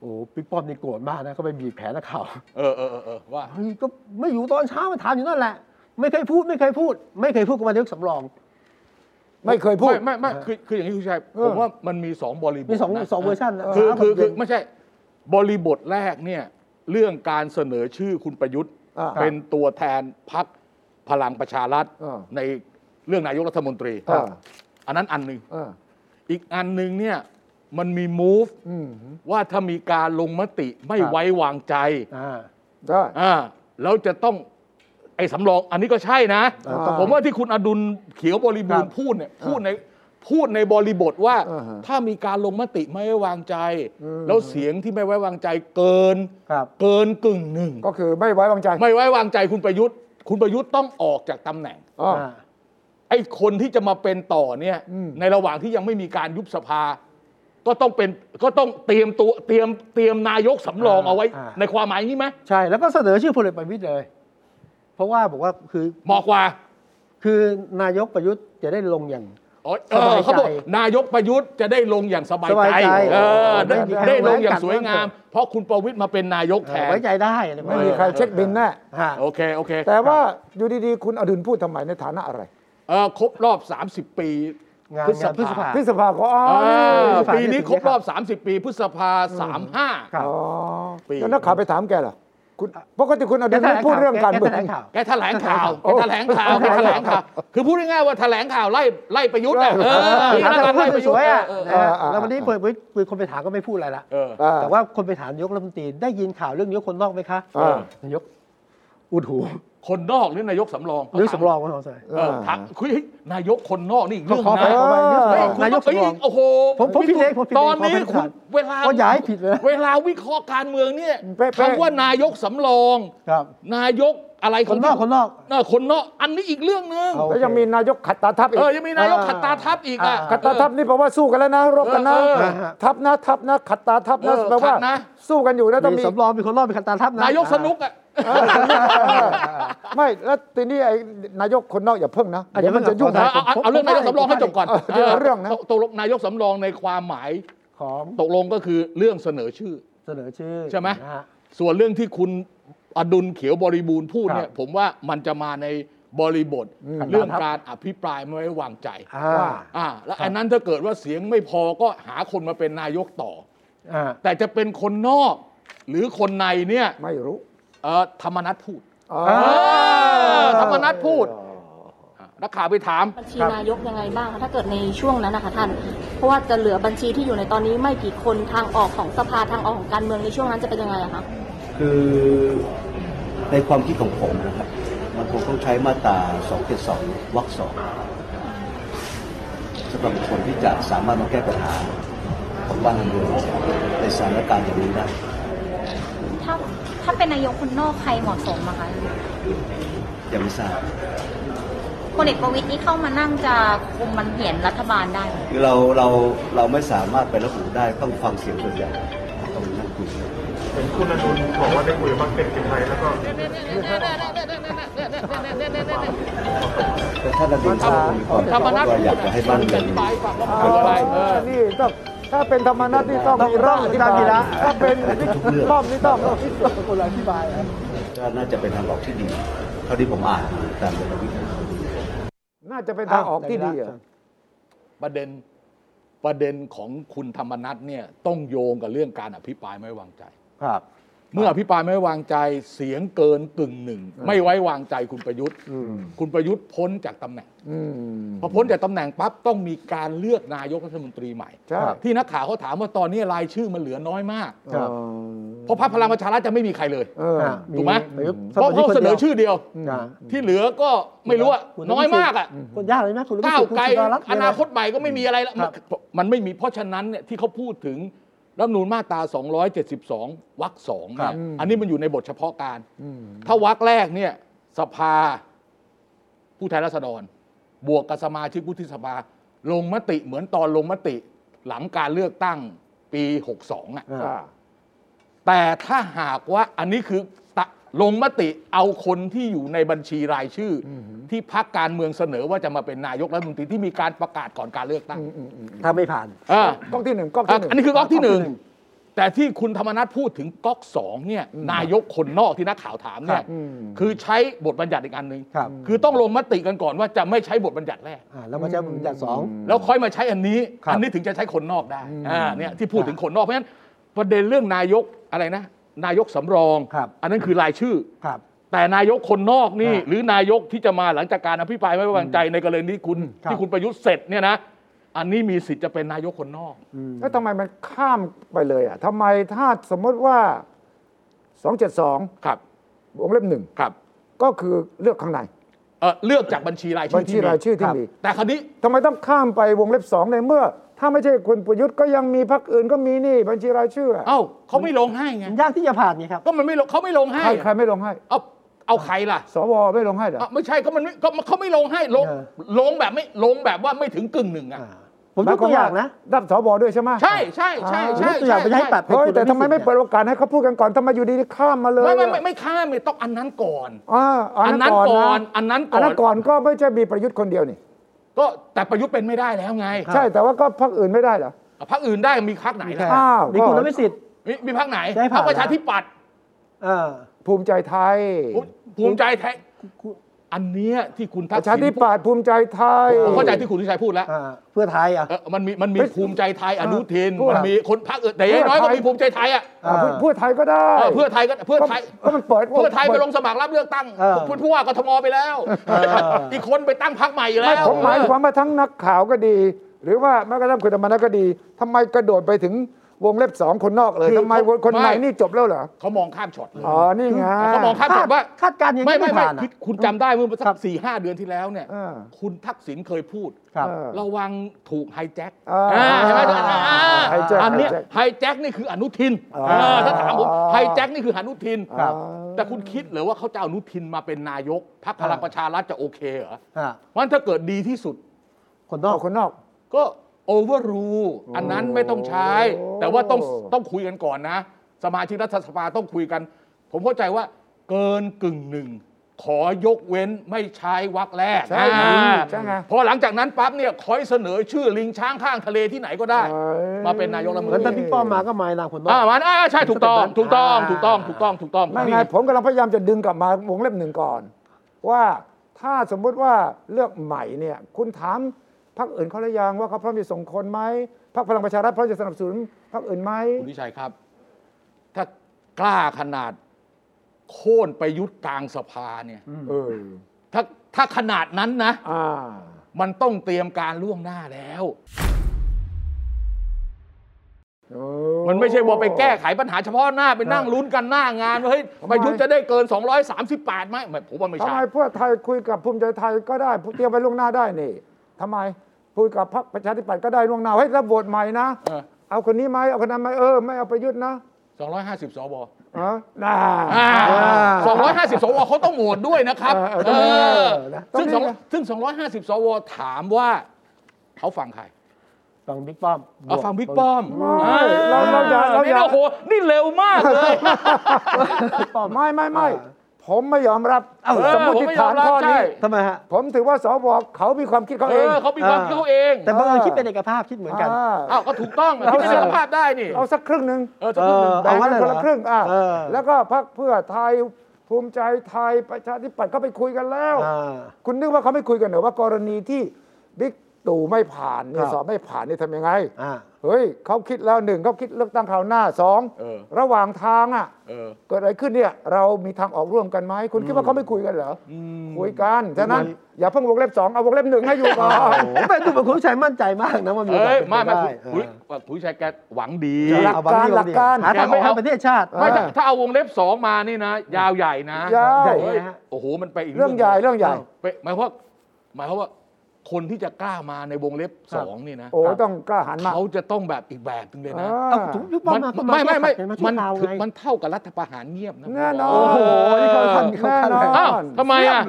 Speaker 1: โอ้ปิ๊กป้อมนี่โกรธมากนะก็ไปบีบแผลนักข่าว
Speaker 2: เออเออเออเออว่า
Speaker 1: เฮ้ยก็ไม่อยู่ตอนเช้ามาถามอยู่นั่นแหละ ไม่เคยพูดไม่เคยพูด ไม่เคยพูดกับนายกสำรอง
Speaker 3: ไม่เคยพูด
Speaker 2: ไม่ไม่ไม่คือคืออย่างนี้คุณชัย
Speaker 3: เออ
Speaker 2: ผมว่ามันมีสองบริบท
Speaker 1: มีสอง
Speaker 2: นะ
Speaker 1: สองเวอร์ชันนะ
Speaker 2: คือคือคื
Speaker 1: เย็
Speaker 2: อ
Speaker 1: น
Speaker 2: ไม่ใช่บริบทแรกเนี่ยเรื่องการเสนอชื่อคุณประยุทธ์
Speaker 3: อ่า
Speaker 2: เป็นตัวแทนพักพลังประชารัฐ
Speaker 3: อ่า
Speaker 2: ในเรื่องนายกรัฐมนตรี
Speaker 3: อ่า
Speaker 2: อันนั้นอันหนึ่ง
Speaker 3: อ่า
Speaker 2: อีกอันหนึ่งเนี่ยมันมี move
Speaker 3: อืม
Speaker 2: ว่าถ้ามีการลงมติไม่
Speaker 1: ครับ
Speaker 2: ไว้วางใจ
Speaker 1: อ่า
Speaker 3: ได้
Speaker 2: อ่าแล้วจะต้องไอ้สำรองอันนี้ก็ใช่นะ
Speaker 3: อ่า
Speaker 2: ผมว่าที่คุณอดุลเขียวบริบูรณ์พูดเนี่ยพูดในพูดในบริบทว่า
Speaker 3: อ่าฮะ
Speaker 2: ถ้ามีการลงมติไม่ไว้วางใจ
Speaker 3: อืม
Speaker 2: แล้วเสียงที่ไม่ไว้วางใจเกิน
Speaker 1: ครับ
Speaker 2: เกินกึ่งหนึ่ง
Speaker 3: ก็คือไม่ไว้วางใจ
Speaker 2: ไม่ไว้วางใจคุณประยุทธ์ คุณประยุทธ์ต้องออกจากตำแหน่ง
Speaker 3: อ่า
Speaker 1: อ่า
Speaker 2: ไอ้คนที่จะมาเป็นต่อเนี่ย
Speaker 3: อืม
Speaker 2: ในระหว่างที่ยังไม่มีการยุบสภา ก็ต้องเป็นก็ต้องเตรียมตัวเตรียมเตรียมนายกสำรองเอาไว้
Speaker 1: อ่า
Speaker 2: ในความหมายอย่างนี้ไหม
Speaker 1: ใช่แล้วก็เสนอชื่อพลเอกประวิตยเลย เพราะว่าบอกว่าคือ
Speaker 2: เหมาะกว่า
Speaker 1: คือนายกประยุทธ์จะได้ลงอย่าง
Speaker 2: อ๋อเอ
Speaker 1: สบาย
Speaker 2: อ
Speaker 1: ใจ
Speaker 2: เขาบอกนายกประยุทธ์จะได้ลงอย่างสบาย
Speaker 1: สบาย
Speaker 2: ใจ
Speaker 1: ใจ
Speaker 2: เออได้
Speaker 1: ไม่มีใคร
Speaker 2: ได้ลง
Speaker 1: แหวก
Speaker 2: อย่าง
Speaker 1: กัด
Speaker 2: สวยงา
Speaker 1: บ้า
Speaker 2: ม
Speaker 1: งเถอะ
Speaker 2: เพราะคุณประวิทย์มาเป็นนายกแท
Speaker 1: เอ่อน ไว้ใจได้อะ
Speaker 3: ไม่มีใครเช็คบินแน่
Speaker 1: ฮะ
Speaker 2: โอเคโอเค
Speaker 3: แต่ว่าอยู่ดีๆ คุณอดุลพูดทำไมในฐานะอะไร
Speaker 2: เออครบรอบ 30 ปี
Speaker 1: งาน
Speaker 2: พฤษ
Speaker 1: งานพฤษ
Speaker 2: ภา
Speaker 1: ภา
Speaker 3: พฤษภาก็อ๋อ
Speaker 2: เอ
Speaker 1: พฤ
Speaker 2: อ
Speaker 1: ษภา
Speaker 2: ปีนี้ครบรอบ
Speaker 1: ที่
Speaker 2: 30 ปีพฤษภาสามห้า
Speaker 1: ครับ
Speaker 3: อ๋อ
Speaker 2: ปี
Speaker 3: แล้วนักข่าวไปถามแกเหรอคุณปกติคุณอดุลไม่พูดเรื่องการเมือง
Speaker 1: แถลงข่าว
Speaker 2: แกแถลงข่าวแกแถลงข่าว
Speaker 3: โอ้
Speaker 2: แกแถลงข่าว คือพูดง่ายๆว่าแถลงข่าวไล่ไล่ประยุทธ์น่ะ
Speaker 3: ไล่
Speaker 2: เออ
Speaker 1: ถามแต่พูดสวยๆอ่ะ
Speaker 2: เออ
Speaker 1: นะฮะ
Speaker 3: เออเออ
Speaker 1: แล้ววันนี้เปิดคุยคนไปถามก็ไม่พูดอะไรละ
Speaker 2: เออ
Speaker 3: เออ
Speaker 1: แต่ว่าคนไปถามนายกรัฐมนตรีได้ยินข่าวเรื่องนายกคนนอกไหมคะ
Speaker 3: เออ
Speaker 1: นายกอุดหู
Speaker 2: คนนอกหรือนายกสำรอง
Speaker 1: นายกสำรองมาสองสาย
Speaker 2: เออถามคุยนายกคนนอกนี่อีก
Speaker 1: ก็
Speaker 2: เรื่อง
Speaker 1: ขอไปข
Speaker 2: นะ
Speaker 1: อไป
Speaker 3: เออ
Speaker 1: เรื่องสำรองนายกสำรอ
Speaker 2: คุณเอ้
Speaker 1: ง
Speaker 2: โอ้โห
Speaker 1: ผมผมผิดเองผมผิดเอง
Speaker 2: ตอน
Speaker 1: ข
Speaker 2: นี้
Speaker 1: อไป
Speaker 2: คุณเวลา
Speaker 1: ก็อย่าให้ผิดเลยนะ
Speaker 2: เวลาวิเคราะห์การเมืองเนี่ย
Speaker 3: เป๊ะๆ
Speaker 2: คำว่านายกสำรอง
Speaker 1: ครับ
Speaker 2: นายกอะไร
Speaker 1: คนนอกคนนอก
Speaker 2: เออคนนอกอันนี้อีกเรื่องหนึง
Speaker 1: เอา
Speaker 3: แล้วยังมีนายกขัดตาทัพอีก
Speaker 2: เออยังมีนายกขัดตาทัพอีกอ่ะ
Speaker 1: อ่า
Speaker 3: ขัดตาทัพนี่แปลว่าสู้กันแล้วนะรบกันนะ
Speaker 2: เออเออ
Speaker 1: ฮะ
Speaker 3: ทัพนะทัพนะขัดตาทัพนะ
Speaker 2: เออ
Speaker 3: แปลว่า
Speaker 2: ขัดนะ
Speaker 3: สู้กันอยู่นะต้อง
Speaker 1: มี
Speaker 3: มี
Speaker 1: สำรองมีคนนอกมีคันตาทัพะ
Speaker 2: นายกสนุกอ่ะ
Speaker 3: ไม่แล้วทีนี้ไอ้นายกคนนอกอย่าเพิ่งนะ
Speaker 1: อ่ะ
Speaker 3: เดี๋ยวมันจะยุ่ง
Speaker 1: ดี๋
Speaker 3: นะ
Speaker 1: ยว
Speaker 2: เอาเอา
Speaker 1: ผม
Speaker 2: เอาเรื่อง
Speaker 1: ผม
Speaker 2: นายก
Speaker 1: ว่า
Speaker 2: สำรองให้จบก่อน
Speaker 3: เออเดี๋ยวเรื่องนะ
Speaker 2: ตกตกลงนายกสำรองในความหมาย
Speaker 1: ของ
Speaker 2: ตกลงก็คือเรื่องเสนอชื่อ
Speaker 1: เสนอชื่อ
Speaker 2: ใช่ไหม
Speaker 1: นะฮะ
Speaker 2: ส่วนเรื่องที่คุณอดุลเขียวบริบูรณ์พูดเนี่
Speaker 1: ค
Speaker 2: ย
Speaker 1: รับ
Speaker 2: ผมว่ามันจะมาในบริบท
Speaker 3: อืม
Speaker 2: เรื่องการอภิปรายไม่ไว้วางใจ
Speaker 1: อ่า
Speaker 2: อ่าและอันนั้นถ้าเกิดว่าเสียงไม่พอก็หาคนมาเป็นนายกต่อ
Speaker 1: อ่า
Speaker 2: แต่จะเป็นคนนอก หรือคนในเนี่ย
Speaker 3: ไม่รู้
Speaker 2: เอ่อธรรมนัตพูด
Speaker 3: อ๋อ
Speaker 2: เออธรรมนัตพูดอ่ะนักข่าวไปถาม
Speaker 6: บัญชีนายกยังไงบ้างคะถ้าเกิดในช่วงนั้นนะคะท่าน เพราะว่าจะเหลือบัญชีที่อยู่ในตอนนี้ไม่กี่คนทางออกของสภาทางออกของการเมืองในช่วงนั้นจะเป็นยังไงอะคะ
Speaker 7: คือในความคิดของผมนะครับ มันคงต้องใช้มาตรา272วรรคสองสำหรับบุคคนที่จะสามารถมาแก้ปัญหาของบ้านเมืองในสถานการณ์อย่างนี้ได้
Speaker 6: ถ้าถ้าเป็นนายกคนนอกใครเหมาะสมอะคะ
Speaker 7: ยังไม่ทราบ
Speaker 6: พลเอกประวิตยนี่เข้ามานั่งจะคุมมันเหียนรัฐบาลได้ไหม
Speaker 7: คือเราเราเราไม่สามารถไประบุได้ต้องฟังเสียงส่วนใหญ่ต้องนั่งคุยกัน แต่ถ้าเราดูข้อมูลก่อน
Speaker 2: ธรรมนัต
Speaker 7: ว่า
Speaker 2: พู
Speaker 7: อยา
Speaker 2: ด
Speaker 7: กจะให้บ้านเมือ
Speaker 2: อ
Speaker 7: ง
Speaker 2: ธิ
Speaker 7: มี
Speaker 2: บายให้ฟังว่าคื
Speaker 3: อ๋
Speaker 2: อ
Speaker 3: อ
Speaker 2: อะไรเออ
Speaker 3: นี่ต้องถ้าเป็นธรรมนัตนี่ต้องมีร่องอธิบายถ้าเป็นบิ๊กป้อมนี่ต้องมีร่องคนอธิบายนะ
Speaker 7: ก็น่าจะเป็นทางออกที่ดี เท่าที่ผมอ่านดูตามเรวิธี
Speaker 3: น่าจะเป็นทางออกที่ดีอะ
Speaker 2: ประเด็นประเด็นของคุณธรรมนัฐเนี่ยต้องโยงกับเรื่องการอภิปรายไม่ไว้วางใจ
Speaker 1: ครับ
Speaker 2: เมื่ออภิปรายไม่ไว้วางใจเสียงเกินกึ่งหนึ่ง ไม่ไว้วางใจคุณประยุทธ์
Speaker 3: อืม
Speaker 2: คุณประยุทธ์พ้นจากตำแหน่ง
Speaker 3: อืม
Speaker 2: พอพ้นจากตำแหน่งปั๊บต้องมีการเลือกนายกรัฐมนตรีใหม่
Speaker 3: ใช่
Speaker 2: ที่นักข่าวเขาถามว่าตอนนี้รายชื่อมันเหลือน้อยมาก
Speaker 1: ครับ
Speaker 2: เพราะพรรคพลังประชารัฐจะไม่มีใครเลย
Speaker 3: เออ
Speaker 1: อ่ะ
Speaker 2: ถูกไหม
Speaker 1: ประยุทธ์
Speaker 2: เพราะเขาเสนอชื่อเดียว
Speaker 1: นะ
Speaker 2: ที่เหลือก็ไม่รู้อะ
Speaker 1: คุณ
Speaker 2: น้อยมากอะ
Speaker 1: คนยากเลยนะคุณรู้
Speaker 2: ก้าวไกล
Speaker 1: คุณสุดรัตน์
Speaker 2: อ
Speaker 1: เนี่ยนะ
Speaker 2: นาคตใหม่ก็ไม่มีอะไรแล้ว
Speaker 1: ครับ
Speaker 2: มันไม่มีเพราะฉะนั้นเนี่ยที่เขาพูดถึงรัฐธรรมนูญมาตรา 272 วรรคสองเนี่ยอันนี้มันอยู่ในบทเฉพาะการ ถ้าวรรคแรกเนี่ยสภาผู้แทนราษฎร บวกกับสมาชิกวุฒิสภา ลงมติเหมือนตอนลงมติหลังการเลือกตั้งปี 62อ่ะ
Speaker 1: อ่า
Speaker 2: แต่ถ้าหากว่าอันนี้คือตะลงมติเอาคนที่อยู่ในบัญชีรายชื่ออที่พักการเมืองเสนอว่าจะมาเป็นนายกรัฐมนตรีที่มีการประกาศก่อนการเลือกตั้ง
Speaker 1: ถ้าไม่ผ่าน
Speaker 2: อ่า
Speaker 3: ก๊อกที่หนึ่งก๊อก
Speaker 2: อ่ะ
Speaker 3: ที่หนึ่ง
Speaker 2: อันนี้คือก๊อกที่หนึ่ง
Speaker 1: ก๊อกที่หนึ่
Speaker 2: แต่ที่คุณธรรมนัฐพูดถึงก๊อกสองเนี่ยนายกคนนอกที่นักข่าวถามเนี่ยคือใช้บทบัญญัติอีกอันหนึ่ง
Speaker 1: ครับ
Speaker 2: คือต้องลงมติกันก่อนว่าจะไม่ใช้บทบัญญัติแรก
Speaker 1: อ่าแล้วมาใช้บทบัญญัติสอง
Speaker 2: แล้วค่อยมาใช้อันนี้
Speaker 1: ครับ
Speaker 2: อันนี้ถึงจะใช้คนนอกได้อ่าเนี่ยที่พูดถึงคนนอกเพราะฉะนั้นประเด็นเรื่องนายกอะไรนะ นายกสำรอง
Speaker 1: ครับ
Speaker 2: อันนั้นคือรายชื่อ
Speaker 1: ครับ
Speaker 2: แต่นายกคนนอกนี่
Speaker 1: ฮะ
Speaker 2: หรือนายกที่จะมาหลังจากการอภิปรายไม่ไว้วางใจในกรณีที่คุณ
Speaker 1: ครับ
Speaker 2: ที่คุณประยุทธ์เสร็จเนี่ยนะ อันนี้มีสิทธิ์จะเป็นนายกคนนอก
Speaker 3: แล้วทำไมมันข้ามไปเลยอ่ะทำไมถ้าสมมติว่า 272
Speaker 2: ครับ
Speaker 3: วงเล็บหนึ่ง
Speaker 2: ครับ
Speaker 3: ก็คือเลือกข้างใน
Speaker 2: เอ่อเลือกจากบัญชีรายชื่
Speaker 3: บัญ
Speaker 2: อ
Speaker 3: ชี
Speaker 2: ที่มี
Speaker 3: รายชื่อที่
Speaker 1: ครับ
Speaker 3: มี
Speaker 2: แต่คราวนี้
Speaker 3: ทำไมต้องข้ามไปวงเล็บสองในเมื่อ ถ้าไม่ใช่คุณประยุทธ์ก็ยังมีพรรคอื่นก็มีนี่ บัญชีรายชื่ออะ
Speaker 2: เอ้าเขาไม่ลงให้ไง
Speaker 1: มันยากที่จะผ่านไงครับ
Speaker 2: ก็มันไม่ลงเขาไม่ลงให้
Speaker 3: ใครใครไม่ลงให้
Speaker 2: เอาเอาใครล่ะ
Speaker 3: สวไม่ลงให้เหรอ
Speaker 2: เอ้าไม่ใช่ก็มันไม่ก็เขาไม่ลงให้ลง
Speaker 1: เออ
Speaker 2: ลงแบบไม่ลงแบบว่าไม่ถึงกึ่งหนึ่งอ่ะ
Speaker 1: อ่าผมยกตัวอย่างนะ
Speaker 3: ดับสวด้วยใช่ไหม
Speaker 2: ใช่ใช่ใช่ใช่
Speaker 1: ยกตัวอย่างไปให้ปัด
Speaker 3: เฮ้ยแต่ทำไมไม่เปิดโอกาสให้เขาพูดกันก่อนทำไมอยู่ดีๆข้ามมาเลย
Speaker 2: ไม่ไม่ไม่ไม่ข้ามเลยต้องอันนั้นก่อน
Speaker 3: อ่าอันนั้นก่อนะ
Speaker 2: อันนั้นก่อนอั
Speaker 3: อั
Speaker 2: น
Speaker 3: น
Speaker 2: นั้
Speaker 3: นั้น น
Speaker 2: ก่
Speaker 3: ก่
Speaker 2: อ
Speaker 3: อน นก็ไม่ใช่มีประยุทธ์คนเดียวนี่
Speaker 2: ก็แต่ประยุทธ์เป็นไม่ได้แล้วไง
Speaker 1: ครับ
Speaker 3: ใช่แต่ว่าก็พรรคอื่นไม่ได้เหรอ
Speaker 2: พรรคอื่นได้มีพรรคไหนล่ะ
Speaker 3: ใช่ อ้าว
Speaker 1: มีคุณวิสิทธิ์
Speaker 2: มีมีพรรคไหน
Speaker 1: ได้
Speaker 2: พร
Speaker 1: ผ่าร น
Speaker 2: คประชาธิปัตย์
Speaker 1: อ่า
Speaker 3: ภูมิใจไทย
Speaker 2: ภูมิภูมิใจไทยอันเนี้ยที่คุณทั
Speaker 3: ป
Speaker 2: ก
Speaker 3: ระ
Speaker 2: ษิ
Speaker 3: ชา
Speaker 2: ณ
Speaker 3: ธิปัตย์ภูมิใจไทย
Speaker 2: ผมเข้าใจที่คุณทิชัยพูดแล้ว
Speaker 1: อ่า เพื่อไทยอ่ะ
Speaker 2: เออมันมีมันมี
Speaker 3: เฮ้ย
Speaker 2: ภูมิใจไทยอนุทิน
Speaker 3: พูด
Speaker 2: มันมีคนพรรคอื่นแต่อยังน้อย
Speaker 3: เพื่
Speaker 2: ก็
Speaker 3: อไทย
Speaker 2: มีภูมิใจไทยอ่ะ
Speaker 3: อ่าเพื่อเพื่อไทยก็ได้
Speaker 2: เออเพื่อไทยก็เพื่อไทย
Speaker 3: ก็มันเปิด
Speaker 2: เพื่อไทยไปลงสมัครรับเลือกตั้ง
Speaker 1: เออ
Speaker 2: พูดผู้ว่ากทมไปแล้วอีกคนไปตั้งพรรคใหม่อยู่แล้
Speaker 3: ไม่
Speaker 2: ว
Speaker 3: ผมหมายความว่าทั้งนักข่าวก็ดี หรือว่าแม้กระทั่งคุณธรรมนัสก็ดีทำไมกระโดดไปถึงวงเล็บสองคนนอกเลยทำไมคนในนี่จบแล้วเหรอ
Speaker 2: เขามองข้ามช็อตเลย
Speaker 3: อ๋อนี่ไง
Speaker 2: เขามองข้ามช็อตว่า
Speaker 1: คาดการณ์ยัง
Speaker 2: ไม่
Speaker 1: ไม่
Speaker 2: ไม่ไม่
Speaker 1: ผ่านอะ
Speaker 2: คือคุณจำได้เมื่อสั
Speaker 1: ครั
Speaker 2: ก
Speaker 1: บ
Speaker 2: สี่ห้าเดือนที่แล้วเนี่ย
Speaker 3: เออ
Speaker 2: คุณทักษิณเคยพูด
Speaker 1: ครับ
Speaker 3: เออ
Speaker 2: ระวังถูกไฮแจ็ค
Speaker 3: อ่า
Speaker 2: อ่าใช่ไหมอ่า
Speaker 3: ไฮแจ็ค
Speaker 2: อันเนี้ย
Speaker 3: ไฮ
Speaker 2: ไฮ
Speaker 3: แจ็ค
Speaker 2: แจ็คนี่คืออนุทิน
Speaker 3: อ่า
Speaker 2: เออถ้าถามผมไฮแจ็คนี่คืออนุทิน
Speaker 1: ครับ
Speaker 2: แต่คุณคิดเหรือว่าเขาจะเอาอนุทินมาเป็นนายกพรรคพลังประชารัฐจะโอเคเหรอ
Speaker 1: อ่า
Speaker 2: วันถ้าเกิดดีที่สุด
Speaker 1: คนน
Speaker 3: น
Speaker 1: อ
Speaker 3: อก กคนนอก
Speaker 2: ก็โอเวอร์รูอันนั้นไม่ต้องใช้
Speaker 3: โอ้
Speaker 2: แต่ว่าต้องต้องคุยกันก่อนนะ สมาชิกรัฐสภาต้องคุยกัน ผมเข้าใจว่าเกินกึ่งหนึ่ง ขอยกเว้นไม่ใช้วรรคแรก
Speaker 3: ใช่ไง
Speaker 2: อ่า
Speaker 3: ใช่ไง
Speaker 2: พอหลังจากนั้นปั๊บเนี่ยคอยเสนอชื่อลิงช้างข้างทะเลที่ไหนก็ได้
Speaker 3: เอ้ย
Speaker 2: มาเป็นนายกรัฐม
Speaker 1: เห
Speaker 2: น
Speaker 1: มือน
Speaker 2: ต
Speaker 1: ท่าน
Speaker 2: รี
Speaker 1: พี่ป้อมมาก็มายนางคนนอก
Speaker 2: อ่ามันอ่าใช่ถูกต้องถูกต้องถูกต้องถูกต้องถูกต้อง
Speaker 3: ไม่ไงผมกำลังพยายามจะดึงกลับมาวงเล็บหนึ่งก่อน ว่าถ้าสมมุติว่าเลือกใหม่เนี่ยคุณถามพรรคอื่นเขาหรือยังว่าเขาพร้อมจะส่งคนไหมพรรคพลังประชารัฐพร้อมจะสนับสนุนพรรคอื่นไหม
Speaker 2: คุณวิชัยครับ ถ้ากล้าขนาดโค่นประยุทธ์กลางสภาเนี่ย
Speaker 3: เออ
Speaker 2: ถ้าถ้าขนาดนั้นนะ
Speaker 3: อ่า
Speaker 2: มันต้องเตรียมการล่วงหน้าแล้ว มันไม่ใช่ว่าไปแก้ไขปัญหาเฉพาะหน้าไปนั่งลุ้นกันหน้างานว่าเฮ้ย
Speaker 3: ทำ
Speaker 2: ป
Speaker 3: ไม
Speaker 2: ระยุทธ์จะได้เกิน 238ไหมไม่ผมว่าไม่
Speaker 3: ทำ
Speaker 2: ใช่
Speaker 3: ไมเพื่อไทยคุยกับภูมิใจไทยก็ได้เตรียมไปล่วงหน้าได้นี่ทำไมคุยกับพรรคประชาธิปัตย์ก็ได้ล่วงหน้าเฮ้ยรับโหวตใหม่นะ
Speaker 2: เออ
Speaker 3: เอาคนนี้ไหมเอาคนนั้นไหมเออไม่เอาประยุทธ์นะ
Speaker 2: 250สว
Speaker 3: เออน่า
Speaker 2: อ่า250สวเขาต้องโหวตด้วยนะครับ
Speaker 3: เออเออ
Speaker 2: เออ
Speaker 3: ต้อง
Speaker 2: ซึ่งสอง
Speaker 3: มีนะ
Speaker 2: ซึ่ง 250สวถามว่าเขาฟังใคร
Speaker 1: ฟังบิ๊กป้อม
Speaker 2: เอาฟังบิ๊กป้อม
Speaker 3: ไม่เราเราอย่าเราอย่า
Speaker 2: นี่โอ้โห นี่เร็วมากเลย
Speaker 1: บิ๊กป้อม
Speaker 3: ไม่ไม่ไม่ผมไม่ยอมรับ
Speaker 1: เอ้า
Speaker 3: สมมติฐาน
Speaker 2: ผมไม่ยอม
Speaker 3: ข้อ
Speaker 2: รับใช่
Speaker 3: นี้
Speaker 1: ทำไมฮะ
Speaker 3: ผมถือว่าสวเขามีความคิดเขา
Speaker 2: เอ
Speaker 3: เอง
Speaker 2: อเขามีความคิดเขาเอง
Speaker 1: แต่บังเอิญ
Speaker 3: เออ
Speaker 1: คิดเป็นเอกภาพคิดเหมือนกัน
Speaker 3: อ่า
Speaker 2: เอ้าก็ถูกต้องอะคิดในสภาพได้นี่
Speaker 3: เอาสักครึ่งหนึ่ง
Speaker 2: เออสักครึ่งห
Speaker 1: เอ
Speaker 2: นึ่ง
Speaker 1: อ
Speaker 3: แบ่ง
Speaker 1: เอา
Speaker 3: กัน
Speaker 1: งั้นเลย
Speaker 3: คน
Speaker 1: เหร
Speaker 3: ละ
Speaker 1: อ
Speaker 3: ครึ่งอ่ะ
Speaker 1: เออ
Speaker 3: แล้วก็พักเพื่อไทยภูมิใจไทยประชาธิปัตย์ก็ไปคุยกันแล้ว
Speaker 1: อ่า
Speaker 3: คุณนึกว่าเขาไม่คุยกันเหรอว่ากรณีที่บิ๊กตู่ไม่ผ่านเนี่
Speaker 1: ค
Speaker 3: ย
Speaker 1: รับ
Speaker 3: สอบไม่ผ่านเนี่ยทำยังไง
Speaker 1: อ่า
Speaker 3: เฮ้ยเขาคิดแล้วหนึ่งเขาคิดเลือกตั้งคราวหน้าสอง
Speaker 2: เออ
Speaker 3: ระหว่างทางอ่ะ
Speaker 2: เออ
Speaker 3: เกิดอะไรขึ้นเนี่ย เรามีทางออกร่วมกันไหมคุณคิดว่าเขาไม่คุยกันเหรออคุยกันฉะนั้นอย่าเพิ่งวงเล็บสองเอาวงเล็บหนึ่งให้อยู่ก่อน
Speaker 1: โอ้โหแม่ดูเป็นคนผู้ชายมั่นใจมากนะว่ามีโอกาส
Speaker 2: เอ้ย
Speaker 1: เป็น
Speaker 2: ไม่
Speaker 1: ไป
Speaker 2: ไม่
Speaker 1: ได้
Speaker 2: คุณคุณคุณชัยแกหวังดี
Speaker 1: เออ
Speaker 3: หลักการหลักการ
Speaker 1: หาทางออกให้ประเทศชาติ
Speaker 3: เออ
Speaker 2: ไม่ถ้าถ้าเอาวงเล็บสองมานี่นะ ยาวใหญ่นะ
Speaker 3: ยาว
Speaker 2: เฮ้ยโอ้โห มันไปอีก
Speaker 3: เรื่องใหญ่เรื่องใหญ่
Speaker 2: ไปหมายความว่าหมายความว่าคนที่จะกล้ามาในวงเล็บสองนี่นะ
Speaker 3: โอ้ยต้องกล้าหาญมาก
Speaker 2: เขาจะต้องแบบอีกแบบหนึงเลย
Speaker 3: เอ
Speaker 2: นะ
Speaker 3: อ
Speaker 1: เอาถุงยุบป้อมมาก็า
Speaker 2: ไม่ไม่ไม่
Speaker 1: แก้ขัด
Speaker 2: มัน
Speaker 1: นาว
Speaker 2: คือ
Speaker 1: ไง
Speaker 2: มันเท่ากับรัฐประหารเงียบนะ
Speaker 3: แน่นอน
Speaker 1: โอ้โห นี่เขา
Speaker 2: เออ
Speaker 1: ทันเขาทัน
Speaker 3: แน่นอน
Speaker 1: แล้ว
Speaker 2: อ้าวทำไมอ่ะ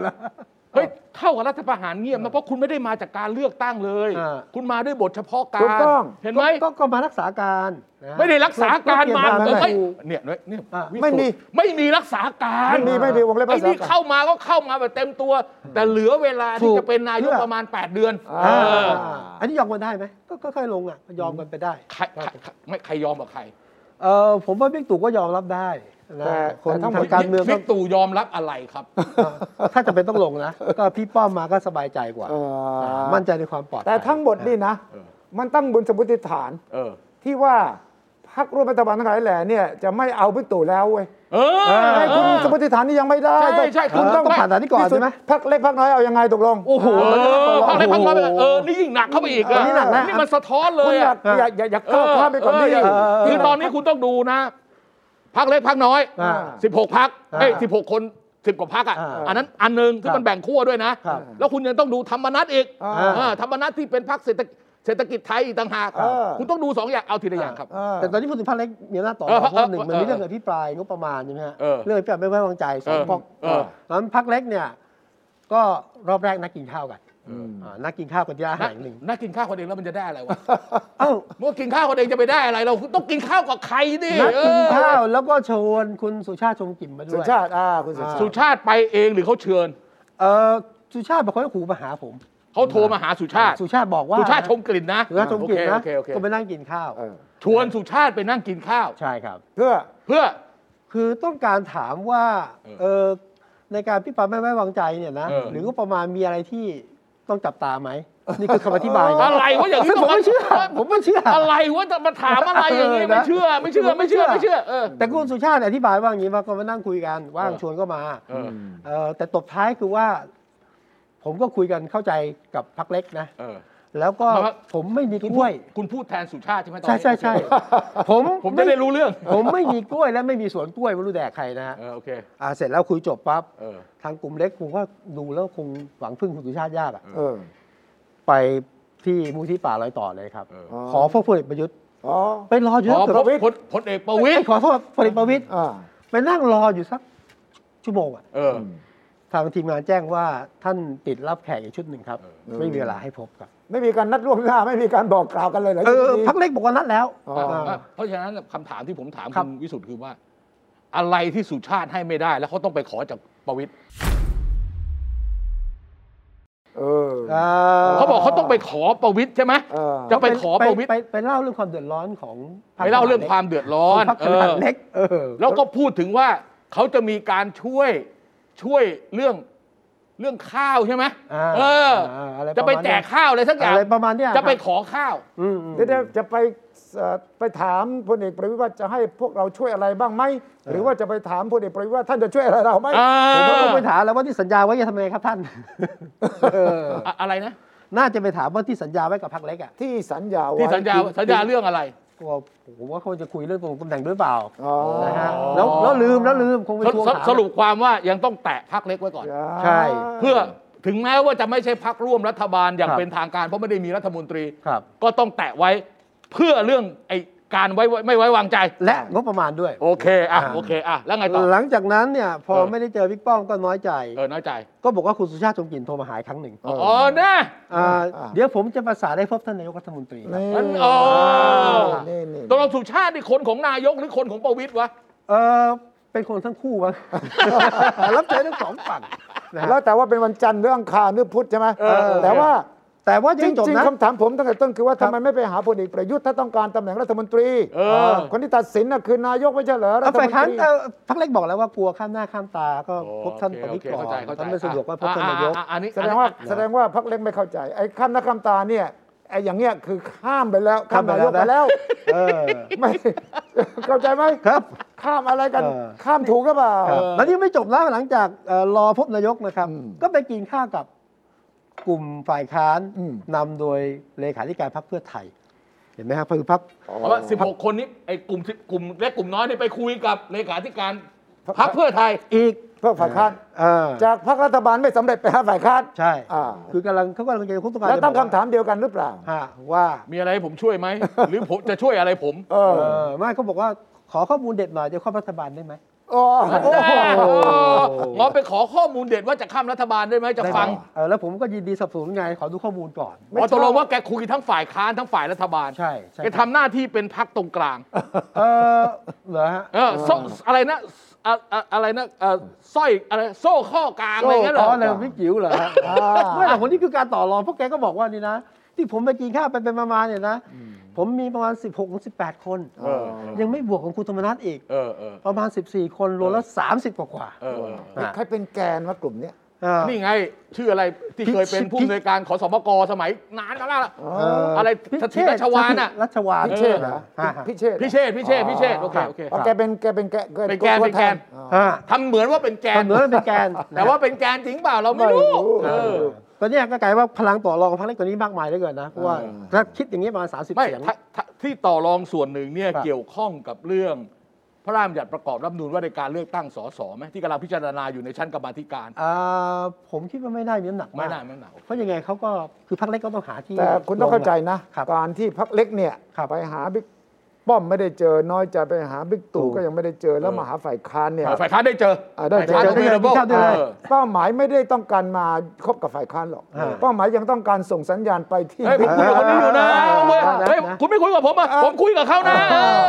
Speaker 2: เฮ้ย เท่ากับรัฐประหารเงียบนะเพราะคุณไม่ได้มาจากการเลือกตั้งเลย
Speaker 1: อ่า
Speaker 2: คุณมาด้วยบทเฉพาะการ
Speaker 3: ถูกต้อง
Speaker 2: เห็นไหม
Speaker 1: ก็ก็ก็มารักษาการนะ
Speaker 2: ไม่ได้รักษาการมา
Speaker 1: ก็เกี่ยวกับ
Speaker 2: เอ้ย
Speaker 1: ถูก
Speaker 2: เนี่ยเนี่ยเนี่ย
Speaker 1: อ่ะ
Speaker 2: วิสุทธิ์
Speaker 3: ไม่มี
Speaker 2: ไม่มีรักษาการ
Speaker 3: ไม่มีไม่มีวงเล็บ
Speaker 2: ไอ้
Speaker 3: ภาษา
Speaker 2: นี่
Speaker 3: กลาง
Speaker 2: เข้ามาก็เข้ามาแบบเต็มตัว แต่เหลือเวลาที่จะเป็นนายกประมาณ 8 เดือน
Speaker 3: อ่า
Speaker 2: เออ
Speaker 1: อ่าอันนี้ยอมกันได้ไหมก็ก็ค่อยลงอ่ะยอมกันไปได้
Speaker 2: ใครใครใครไม่ใครยอมกับใคร
Speaker 1: เออผมว่าบิ๊กตู่ก็ยอมรับได้นะ
Speaker 3: แต่
Speaker 1: คน
Speaker 3: แต่ทั้งหมด
Speaker 1: ทางการเมืองก็
Speaker 2: บิ๊กตู่ยอมรับอะไรครับ
Speaker 1: เออถ้าจะเป็นต้องลงนะก็พี่ป้อมมาก็สบายใจกว่า
Speaker 3: เอ่อ
Speaker 1: อ่ามั่นใจในความปลอดภัย
Speaker 3: แต่ทั้งหมดนี่นะ
Speaker 2: เออ
Speaker 3: มันตั้งบนสมมติฐาน
Speaker 2: เออ
Speaker 3: ที่ว่าพรรคร่วมรัฐบาลทั้งหลายแหล่เนี่ยจะไม่เอาบิ๊กตู่แล้วเว้ย
Speaker 2: เออ
Speaker 3: ไอ้คุณสมมติฐานนี่ยังไม่ได้
Speaker 2: ใช่
Speaker 3: ต้อง
Speaker 2: ใช่คุ
Speaker 3: คุณ ณ
Speaker 2: ต้
Speaker 3: ต้
Speaker 2: อ
Speaker 3: อง ง
Speaker 1: ผ่านด่านนี้ก่อนใช่ไหม
Speaker 3: พรรคเล็กพรรคน้อยเอายังไงตกลง
Speaker 2: โอ้โห
Speaker 3: เ
Speaker 2: พักเล็กพักน้อยไปเลยเออ นี่ยิ่งหนักเข้าไปอีก
Speaker 1: เออนี่หนักนะ
Speaker 2: นี่มันสะท้อนเล
Speaker 3: คุณ
Speaker 2: ย
Speaker 3: อย่า
Speaker 2: อะ
Speaker 3: อย่าอย่าอย่าก้าวข้ามไปก่อนดิ
Speaker 2: เย่า
Speaker 1: เออ
Speaker 2: คือตอนนี้คุณต้องดูนะพักเล็กพักน้อย
Speaker 1: อ่า
Speaker 2: 16พัก
Speaker 1: อ่า
Speaker 2: เอ้ย16 คนสิบกว่าพักอ่ะ
Speaker 1: อ่า
Speaker 2: อันนั้นอันหนึ่งที่
Speaker 1: ครับ
Speaker 2: มันแบ่งขั้วด้วยนะ
Speaker 1: ครับ
Speaker 2: แล้วคุณยังต้องดูธรรมนัตอีก
Speaker 3: อ่า
Speaker 1: า
Speaker 2: เออธรรมนัตที่เป็นพักเศรษฐกิจเศรษฐกิจไทยอีกต่างหาก
Speaker 3: เออ
Speaker 2: คุณต้องดูสองอย่างเอาทีละอย่างครับ
Speaker 3: เออ
Speaker 1: แต่ตอนนี้พูดถึงภาคเล็กมีหน้าจต่อ
Speaker 2: เออ
Speaker 1: เพราะว่าหนึ่ง
Speaker 2: เออ
Speaker 1: มันมีเรื่องอภิปรายงบประมาณใช่ไหมฮะ
Speaker 2: เออ
Speaker 1: เรื่องอภิปรายไม่ไว้วางใจสอง
Speaker 2: เออ
Speaker 1: พอก
Speaker 2: เออ
Speaker 1: แล้วพักเล็กเนี่ย ก็รอบแรกนักกินข้าวกันอ่านักกินข้าวกันที่ร้านอาหารหนึ่ง
Speaker 2: น่ากินข้าวคนเองแล้วมันจะได้อะไรวะ
Speaker 1: เอ้า
Speaker 2: เมื่อกินข้าวคนเองจะไปได้อะไร เราต้องกินข้าวกับใครดิ
Speaker 1: นักกิน
Speaker 2: เออ
Speaker 1: ข้าวแล้วก็ชวนคุณสุชาติชมกลิ่นมาด้
Speaker 3: สุ
Speaker 1: วย
Speaker 3: ชาติอ่าคุณสุชาติ
Speaker 2: สุชาติไปเองหรือเขาเชิญ
Speaker 1: เออสุชาติบอกว่าขู่มาหาผม
Speaker 2: เขาโทรมาหาสุชาติ
Speaker 1: สุชาติบอกว่า
Speaker 2: สุชาติชมกลิ่นนะ
Speaker 1: สุชาติชมกลิ่นนะ
Speaker 2: โอเคโอเค
Speaker 1: ก็
Speaker 2: โอ
Speaker 1: ไป
Speaker 2: เค
Speaker 1: นั่งกินข้าว
Speaker 3: เออ
Speaker 2: ชวนสุชาติไปนั่งกินข้าว
Speaker 1: ใช่ครับ
Speaker 3: เพื่อ
Speaker 2: เพื่อ
Speaker 1: คือต้องการถามว่า
Speaker 2: เออ
Speaker 1: เออในการพิปรายไม่ไว้วางใจเนี่ยนะ
Speaker 2: เออ
Speaker 1: หรือว่าประมาณมีอะไรที่ต้องจับตาไหมนี่คือคำอธิบายนะ
Speaker 2: อะไรวะอย่าง
Speaker 1: ซึ่
Speaker 2: นี้
Speaker 1: งผมไม่เชื่อ ผมไม่เชื่อ
Speaker 2: อะไรวะจะมาถามอะไรอย่างนี้
Speaker 1: เออนะ
Speaker 2: ไม่เชื่อ ไม่เชื่อไม่เชื่อไม่เชื่อเออ
Speaker 1: แต่คุณสุชาติอธิบายว่าอย่างนี้ว่าก็มานั่งคุยกันว่าง
Speaker 2: เออ
Speaker 1: ชวนก็มา
Speaker 2: เออ
Speaker 1: เออแต่ตบท้ายคือว่า ผมก็คุยกันเข้าใจกับพักเล็กนะ
Speaker 2: เออ
Speaker 1: แล้วก็
Speaker 2: หมายว่า
Speaker 1: ผมไม่มี
Speaker 2: คุณ
Speaker 1: ก
Speaker 2: พู
Speaker 1: ล้วย
Speaker 2: ดคุณพูดแทนสุชาติใช่ไหมตอน
Speaker 1: ใช่
Speaker 2: นี้
Speaker 1: ใช่ใช่ผม
Speaker 2: ผมจะได้รู้เรื่อง
Speaker 1: ผมไม่มีกล้วยและไม่มีสวนกล้วยไม่รู้แดกใครนะฮะ
Speaker 2: เออโอเค
Speaker 1: อ่าเสร็จแล้วคุยจบปั๊บ
Speaker 2: เออ
Speaker 1: ทางกลุ่มเล็กคงก็ดูแล้วคงหวังพึ่งคุณสุชาติยากอะ
Speaker 3: เออ
Speaker 1: ไปที่มูลที่ป่าลอยต่อเลยครับ
Speaker 2: เออ
Speaker 1: ขอพวกพลเอกประยุทธ์
Speaker 3: อ๋อ
Speaker 1: ไปรออยู่
Speaker 2: ขอ
Speaker 1: สักเกื
Speaker 2: พ
Speaker 1: อ
Speaker 2: บบ พลพลเอกประวิต
Speaker 1: ไอ้
Speaker 2: ย
Speaker 1: ขอโทษพลเอกประวิตย
Speaker 3: อ่า
Speaker 1: ไปนั่งรออยู่สักชั่วโมงอะ
Speaker 2: เออ
Speaker 1: ทางทีมงานแจ้งว่าท่านติดรับแขกอีกชุดหนึ่งครับ
Speaker 3: เออ
Speaker 1: ไม่มีเวลาให้พบครับ
Speaker 3: ไม่มีการนัดล่วงหน้า ไม่มีการบอกกล่าวกันเลยเหรอ
Speaker 1: เออ
Speaker 3: ทีนี้
Speaker 1: พักเล็กบอกว่านัดแล้ว
Speaker 3: อ๋อ
Speaker 1: เออ
Speaker 2: เพราะฉะนั้นคำถามที่ผมถาม
Speaker 1: ครั
Speaker 2: คุ
Speaker 1: บ
Speaker 2: ณวิสุทธ์คือว่า อะไรที่สุชาติให้ไม่ได้ แล้วเขาต้องไปขอจากประวิตย
Speaker 3: เออ
Speaker 1: เออ
Speaker 2: เขาบอกเขาต้องไปขอประวิตยใช่ไหม
Speaker 3: เออ
Speaker 2: จะไปขอประวิตย
Speaker 1: ไปไปเล่าเรื่องความเดือดร้อนของพค
Speaker 2: ไปเล่าเรื่องความเดือดร้อ
Speaker 1: ข
Speaker 2: น
Speaker 1: งพักข
Speaker 2: เอ
Speaker 1: นาด
Speaker 2: อ
Speaker 1: เล็กเออ
Speaker 2: แล้วก็พูดถึงว่าเขาจะมีการช่วยช่วยเรื่องเรื่องข้าวใช่ไหม
Speaker 1: อ่า
Speaker 2: เออ
Speaker 1: อ่าอะไร
Speaker 2: จะไปแจกข้าวอะไรสักอย่าง
Speaker 1: อะไรประมาณเนี้ย
Speaker 2: จะไป
Speaker 1: ครับ
Speaker 2: ขอข้าว
Speaker 1: อืมอืม
Speaker 3: เดี๋ยวๆจะไปเอ่อไปถามพลเอกประวิตรว่าจะให้พวกเราช่วยอะไรบ้างไหม หรือว่าจะไปถามพลเอกประวิตรว่าท่านจะช่วยอะไรเราไหม
Speaker 2: อ่า
Speaker 1: ผมก็ต้องไปถามแล้วว่าที่สัญญาไว้จะทำยังไงครับท่าน เออ
Speaker 2: อะอะไรนะ
Speaker 1: น่าจะไปถามว่าที่สัญญาไว้กับพรรคเล็กอ่ะ
Speaker 3: ที่สัญญาไว้
Speaker 2: ที่สัญญาสัญญาเรื่องอะไร
Speaker 1: กลัวผมว่าเขาจะคุยเรื่องตำแหน่งด้วยเปล่า
Speaker 3: อ๋อ
Speaker 1: นะฮะแล้วแล้วลืมแล้วลืมคงไป
Speaker 2: ส
Speaker 1: ทวง
Speaker 2: รุป
Speaker 1: ถาม
Speaker 2: สรุปความว่ายังต้องแตะพักเล็กไว้ก่อน
Speaker 1: ใช่
Speaker 2: เพื่อถึงแม้ว่าจะไม่ใช่พักร่วมรัฐบาลอย่าง
Speaker 1: ครับ
Speaker 2: เป็นทางการเพราะไม่ได้มีรัฐมนตรี
Speaker 1: ครับ
Speaker 2: ก็ต้องแตะไว้เพื่อเรื่องไอการไว้ไม่ไว้วางใจ
Speaker 1: และงบประมาณด้วย
Speaker 2: โอเคอ่ะ
Speaker 1: อ่า
Speaker 2: โอเคอ่ะแล้วไงต่อ
Speaker 1: หลังจากนั้นเนี่ยพอ
Speaker 2: เออ
Speaker 1: ไม่ได้เจอบิ๊กป้อมก็น้อยใจ
Speaker 2: เออน้อยใจ
Speaker 1: ก็บอกว่าคุณสุชาติชมกลิ่นโทรมาหายครั้งหนึ่ง
Speaker 2: อ๋อนะ
Speaker 1: า
Speaker 3: อ่า
Speaker 1: เดี๋ยวผมจะประสานให้พบท่านนายกรัฐมนตรีครับ
Speaker 3: นี่
Speaker 2: อันอ๋อ
Speaker 3: นี่นี่
Speaker 2: ตกลงสุชาตินี่คนของนายกหรือคนของประวิตยวะ
Speaker 1: เออเป็นคนทั้งคู่มั้ง รับใช้ทั้งสองฝั่งนะฮะ
Speaker 3: แล้วแต่ว่าเป็นวันจันทร์หรืออังคารหรือพุธใช่ไหม
Speaker 2: เออ
Speaker 3: แต่ว่า
Speaker 1: แต่ว่า
Speaker 3: จ
Speaker 1: ยังจบ
Speaker 3: ริง
Speaker 1: นะ
Speaker 3: ๆคำถามผมตั้งแต่ต้นคือว่า
Speaker 1: ครับ
Speaker 3: ทำไมไม่ไปหาพลเอกประยุทธ์ถ้าต้องการตำแหน่งรัฐมนตรี
Speaker 2: เออ
Speaker 3: คนที่ตัดสินน่ะคือนายกไม่ใช่เหรอรั
Speaker 1: เอา
Speaker 3: ฐม
Speaker 1: ฝ่าย
Speaker 3: น
Speaker 1: ค้าน
Speaker 3: ตรี
Speaker 1: เอ่อพักเล็กบอกแล้วว่ากลัวข้ามหน้าข้ามตาก็
Speaker 2: โอ
Speaker 1: พบ
Speaker 2: เค
Speaker 1: ท่านประวิตรก่อน
Speaker 2: โอเคเข้าใจเข้าใจ
Speaker 1: ท่านไม่สะดวกว่าพบท่านนายก
Speaker 2: อ่ะอ่ะอ่ะอันนี้
Speaker 3: แสดงว่า
Speaker 2: อันนี้
Speaker 3: แสดงว่าพักเล็กไม่เข้าใจไอ้ข้ามนักข้ามตาเนี่ยไอ้อย่างเงี้ยคือข้ามไปแล้วข้ามนายกไปแล้ว
Speaker 1: เออ
Speaker 3: ไม่เข้าใจไหม
Speaker 1: ครับ
Speaker 3: ข้ามอะไรกัน
Speaker 1: เออ
Speaker 3: ข้ามถูกก็เปล่า
Speaker 1: ครับแล้วนี่ไม่จบนะหลังจากเอ่อรอพบนายกนะครับ
Speaker 3: อืม
Speaker 1: ก็ไปกินข้าวกับกลุ่มฝ่ายค้าน
Speaker 3: อืม
Speaker 1: นำโดยเลขาธิการพรรคเพื่อไทย เห็นไหมครับคือพรรค
Speaker 2: เพราะว่า16 คนนี้ไอ้กลุ่ม10กลุ่มเล็กกลุ่มน้อยนี่ไปคุยกับเลขาธิการพรรคเพื่อไทย
Speaker 1: อีก
Speaker 3: เพื่อฝ่ายค้าน
Speaker 1: เออ
Speaker 3: จากพรรครัฐบาลไม่สำเร็จไปหาฝ่ายค้าน
Speaker 1: ใช่
Speaker 3: อ่า
Speaker 1: คือกำลังเขากำลังจะคุกต้องการ
Speaker 3: แล้วตั้ง
Speaker 1: จะบอก
Speaker 3: คำถามเดียวกันหรือเปล่า
Speaker 1: ฮะว่า
Speaker 2: มีอะไรให้ผมช่วย ไหม หรือผมจะช่วยอะไรผม
Speaker 3: เออ
Speaker 1: เออไม่เขาบอกว่าขอข้อมูลเด็ดหน่อยจะเข้ารัฐบาลได้ไหม
Speaker 3: โอ้โห
Speaker 2: แน่เอองอไปขอข้อมูลเด็ดว่าจะข้ามรัฐบาลได้ไหมจะฟัง
Speaker 3: ได้ไหม
Speaker 1: เออแล้วผมก็ยินดีสนับสนุนไงขอดูข้อมูลก่อน
Speaker 3: ไม่
Speaker 2: อ๋อ
Speaker 3: ชอบ
Speaker 2: ตกลงว่าแกคุยทั้งฝ่ายค้านทั้งฝ่ายรัฐบาล
Speaker 1: ใช่ใช่
Speaker 2: แกทำหน้าที่เป็นพักตรงกลาง
Speaker 1: เออเหรอฮะ
Speaker 2: เออโซ่อะไรนะอะอะอะไรนะเอ่อสร้อยอะไรโซ่ข้อกลางอะไรอย่างเงี้ยเหรอ
Speaker 1: อ๋อเลยพี่จิ๋วเหรอฮะ
Speaker 3: อ่า
Speaker 1: ไม่หรอกคนนี้คือการต่อรองเพราะแกก็บอกว่านี่นะ ที่ผมไปกินข้าวไปเป็นมาๆเนี่ยนะ ผมมีประมาณ 16-18 คน
Speaker 2: เออเออ
Speaker 1: ยังไม่บวกของคุณธรรมนัฐอีก
Speaker 2: เออเออ
Speaker 1: ประมาณ 14 คนรวมแล้ว 30 กว่ากว่า
Speaker 2: เออเออ
Speaker 1: ๆอ่ะ
Speaker 3: ใครเป็นแกนวะกลุ่มเนี้ย
Speaker 1: อ่า
Speaker 2: นี่ไง ชื่ออะไรที่เคยเป็นผู้อำนวยการขอสมกสมัยนานแล้วล่ะ
Speaker 1: เ
Speaker 2: อะไร
Speaker 1: พิ
Speaker 2: สถิตรัชวาลน่ะ
Speaker 1: รัชวาน
Speaker 3: พิเชษฐ์เหรอ
Speaker 1: ฮะฮะ
Speaker 3: พิเชษฐ์หรอ
Speaker 2: พิเชษพิเชษพิเชษโอเคโอเค
Speaker 3: อ๋อแกเป็นแกเป็นแก
Speaker 2: เป็นแกนเป็นแกน
Speaker 3: อ๋อ
Speaker 1: ฮะ
Speaker 2: ทำเหมือนว่าเป็นแกน
Speaker 1: ทำเหมือนมันเป็นแกน
Speaker 2: แต่ว่าเป็นแกนจริงเปล่าเราไม่รู้เออ
Speaker 1: ตอนเนี้ยก็กลายว่าพลังต่อรองของพรรคเล็กกว่านี้มากมายเหลือเกินนะเพราะว่าถ้าคิดอย่างนี้ประมาณ 30
Speaker 2: ไม่
Speaker 1: เสียง
Speaker 2: ถ้าถ้าที่ต่อรองส่วนหนึ่งเนี่ย
Speaker 1: ครับ
Speaker 2: เกี่ยวข้องกับเรื่อง พระราชบัญญัติประกอบรัฐธรรมนูญว่าในการเลือกตั้งสสไหมที่กำลังพิจารณาอยู่ในชั้นกรรมาธิการ
Speaker 1: อ่าผมคิดว่าไม่น่ามีน้ำหนัก
Speaker 2: ไม่
Speaker 1: มาก
Speaker 2: น่าไม่น่า
Speaker 1: เพราะยังไงเขาก็คือพรรคเล็กก็ต้องหาที่
Speaker 3: แต่คุณต้องเข้าใจนะ
Speaker 1: ครับ
Speaker 3: การที่พักเล็กเนี่ย
Speaker 1: ครับ
Speaker 3: ไปหาบิ๊กป้อมไม่ได้เจอ น้อยใจไปหาบิ๊ก
Speaker 1: ถู
Speaker 3: ตู่
Speaker 1: ก
Speaker 3: ก็ยังไม่ได้เจอแล้ว
Speaker 2: เออ
Speaker 3: มาหาฝ่ายค้านเนี่ย
Speaker 2: ฝ่ายค้านได้เจอ
Speaker 3: อ่าได้
Speaker 2: ฝ่ายค้านต้อง
Speaker 3: เจอ
Speaker 2: มีระบบ
Speaker 1: ได้เจอได้เจอ
Speaker 3: เป้าหมายไม่ได้ต้องการมาคบกับฝ่ายค้านหรอก
Speaker 1: อ่า
Speaker 3: เป้าหมายยังต้องการส่งสัญญาณไปที่
Speaker 2: เฮ้ยผมคุยกับคนนี้อยู่นะเว้ยเฮ้ยคุณไม่คุยกับผมอ่ะ ผมคุยกับเขานะเออ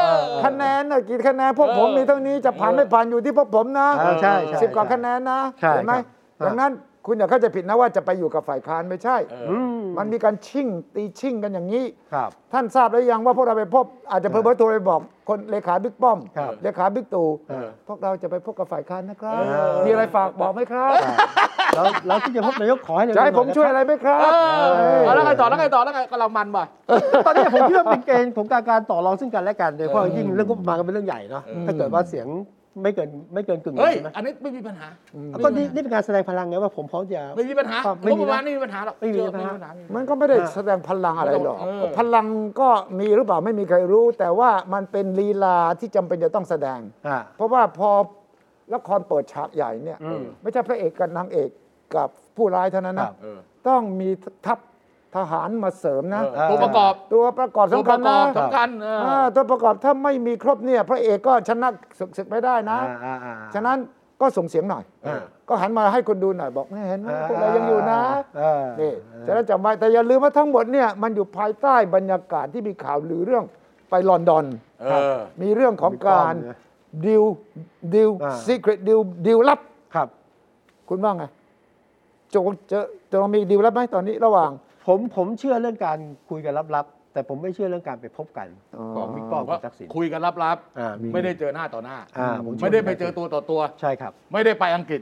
Speaker 3: คะแนนน่ะกี่คะแนนพวก
Speaker 2: เออ
Speaker 3: ผมมีเท่านี้จะผ่านไม่ผ่านอยู่ที่พวกผมนะ
Speaker 1: อ่าใช่ใช่
Speaker 3: สิบกว่า
Speaker 1: ใช่
Speaker 3: คะแนนนะ
Speaker 1: ใช่
Speaker 3: เห็นไหม
Speaker 1: ครับอ่า
Speaker 3: ดังนั้นคุณอย่าเข้าใจผิดนะว่าจะไปอยู่กับฝ่ายค้านไม่ใช่
Speaker 1: อืม
Speaker 3: มันมีการชิ่งตีชิ่งกันอย่างนี้
Speaker 1: ครับ
Speaker 3: ท่านทราบหรือยังว่าพวกเราไปพบอาจจะเพิ่มเบอร์โทรไปบอกคนเลขาบิ๊กป้อม
Speaker 1: ครับ
Speaker 3: เลขาบิ๊กตู่
Speaker 1: เออ
Speaker 3: พวกเราจะไปพบกับฝ่ายค้านนะครับ
Speaker 1: เออ
Speaker 3: มีอะไรฝากบอกไหมครับ
Speaker 1: แล้วแล้วที่จะพบนายกขอให้เร็วๆ
Speaker 3: จะให้
Speaker 1: น่
Speaker 3: ผมช่วย
Speaker 1: น
Speaker 3: อะไรไหมครับ
Speaker 2: เออเอาแล้วไงต่อแล้วไงต่อแล้วไงกำลังมันป่ะ
Speaker 1: ครับตอนนี้ผมคิดว่าเป็นเกณฑ์ของการการต่อรองซึ่งกันและกันโดยเฉพาะยิ่งเรื่องงบประมาณก็เป็นเรื่องใหญ่เนาะถ้าเกิดว่าเสียงไม่เกินไม่เกินกึ่งหนึ่ง
Speaker 2: เฮ้ย
Speaker 1: ใช่ไหม
Speaker 2: อันนี้ไม่มีปัญหา
Speaker 1: ก็นี่นี่เป็นการแสดงพลังไงว่าผมพร้อมจะ
Speaker 2: ไม่มีปัญหา
Speaker 1: ครับไม่มี
Speaker 2: งบประมาณ
Speaker 1: นะ
Speaker 2: ไม่มีปัญหาหรอก
Speaker 1: ไม่มี
Speaker 2: เจอ
Speaker 1: ปัญหา
Speaker 2: ไม่มีปัญหา
Speaker 3: มันก็ไม่ได้แสดงพลังอะไรหรอก
Speaker 2: เออ
Speaker 3: พลังก็มีหรือเปล่าไม่มีใครรู้ แต่ว่ามันเป็นลีลาที่จำเป็นจะต้องแสดง
Speaker 1: อ่า
Speaker 3: เพราะว่าพอละครเปิดฉากใหญ่เนี่ย
Speaker 1: อืม
Speaker 3: ไม่ใช่พระเอกกับนางเอกกับผู้ร้ายเท่านั้น
Speaker 1: ครั
Speaker 3: นะ
Speaker 1: บ
Speaker 2: เออ
Speaker 3: ต้องมีทัพทหารมาเสริมนะ
Speaker 2: เออตัวประกอบ
Speaker 3: ตัวประกอบ
Speaker 2: ตัว
Speaker 3: สำ
Speaker 2: ป
Speaker 3: คัญ
Speaker 2: ระก
Speaker 3: นะ
Speaker 2: อบสำคัญเออ
Speaker 3: อ่าตัวประกอบถ้าไม่มีครบเนี่ยพระเอกก็ชนะศึกศึกไม่ได้นะ
Speaker 1: อ่าอ่า
Speaker 3: ฉะนั้นก็ส่งเสียงหน่อย
Speaker 1: เออ
Speaker 3: ก็หันมาให้คนดูหน่อยบอกเนี่ยเห็นไหม
Speaker 1: อ่า
Speaker 3: พวกเรายังอยู่นะ
Speaker 1: เออ
Speaker 3: นี่
Speaker 1: เออ
Speaker 3: ฉะนั้นจำไว้แต่อย่าลืมว่าทั้งหมดเนี่ยมันอยู่ภายใต้บรรยากาศที่มีข่าวหรือเรื่องไปลอนดอน
Speaker 2: เออ
Speaker 3: มีเรื่องของการ
Speaker 1: มีความเนี่ย
Speaker 3: ดิวดิว
Speaker 1: อ่า
Speaker 3: ซีเครตดิวดิวลับ
Speaker 1: ครับ
Speaker 3: คุณว่าไงโจงเจอโจงมีดิวลับไหมตอนนี้ระหว่าง
Speaker 1: ผมผมเชื่อเรื่องการคุยกันลับๆ แต่ผมไม่เชื่อเรื่องการไปพบกันของบิ๊กป้อมกับทักษิณ
Speaker 2: คุยกันลับ
Speaker 1: อ่ามี
Speaker 2: ๆ ไม่ได้เจอหน้าต่อหน้า
Speaker 1: อ่าผมเชื่อ
Speaker 2: ไม่ได้ไปเจอตัวต่อตัว
Speaker 1: ใช่ครับ
Speaker 2: ไม่ได้ไปอังกฤษ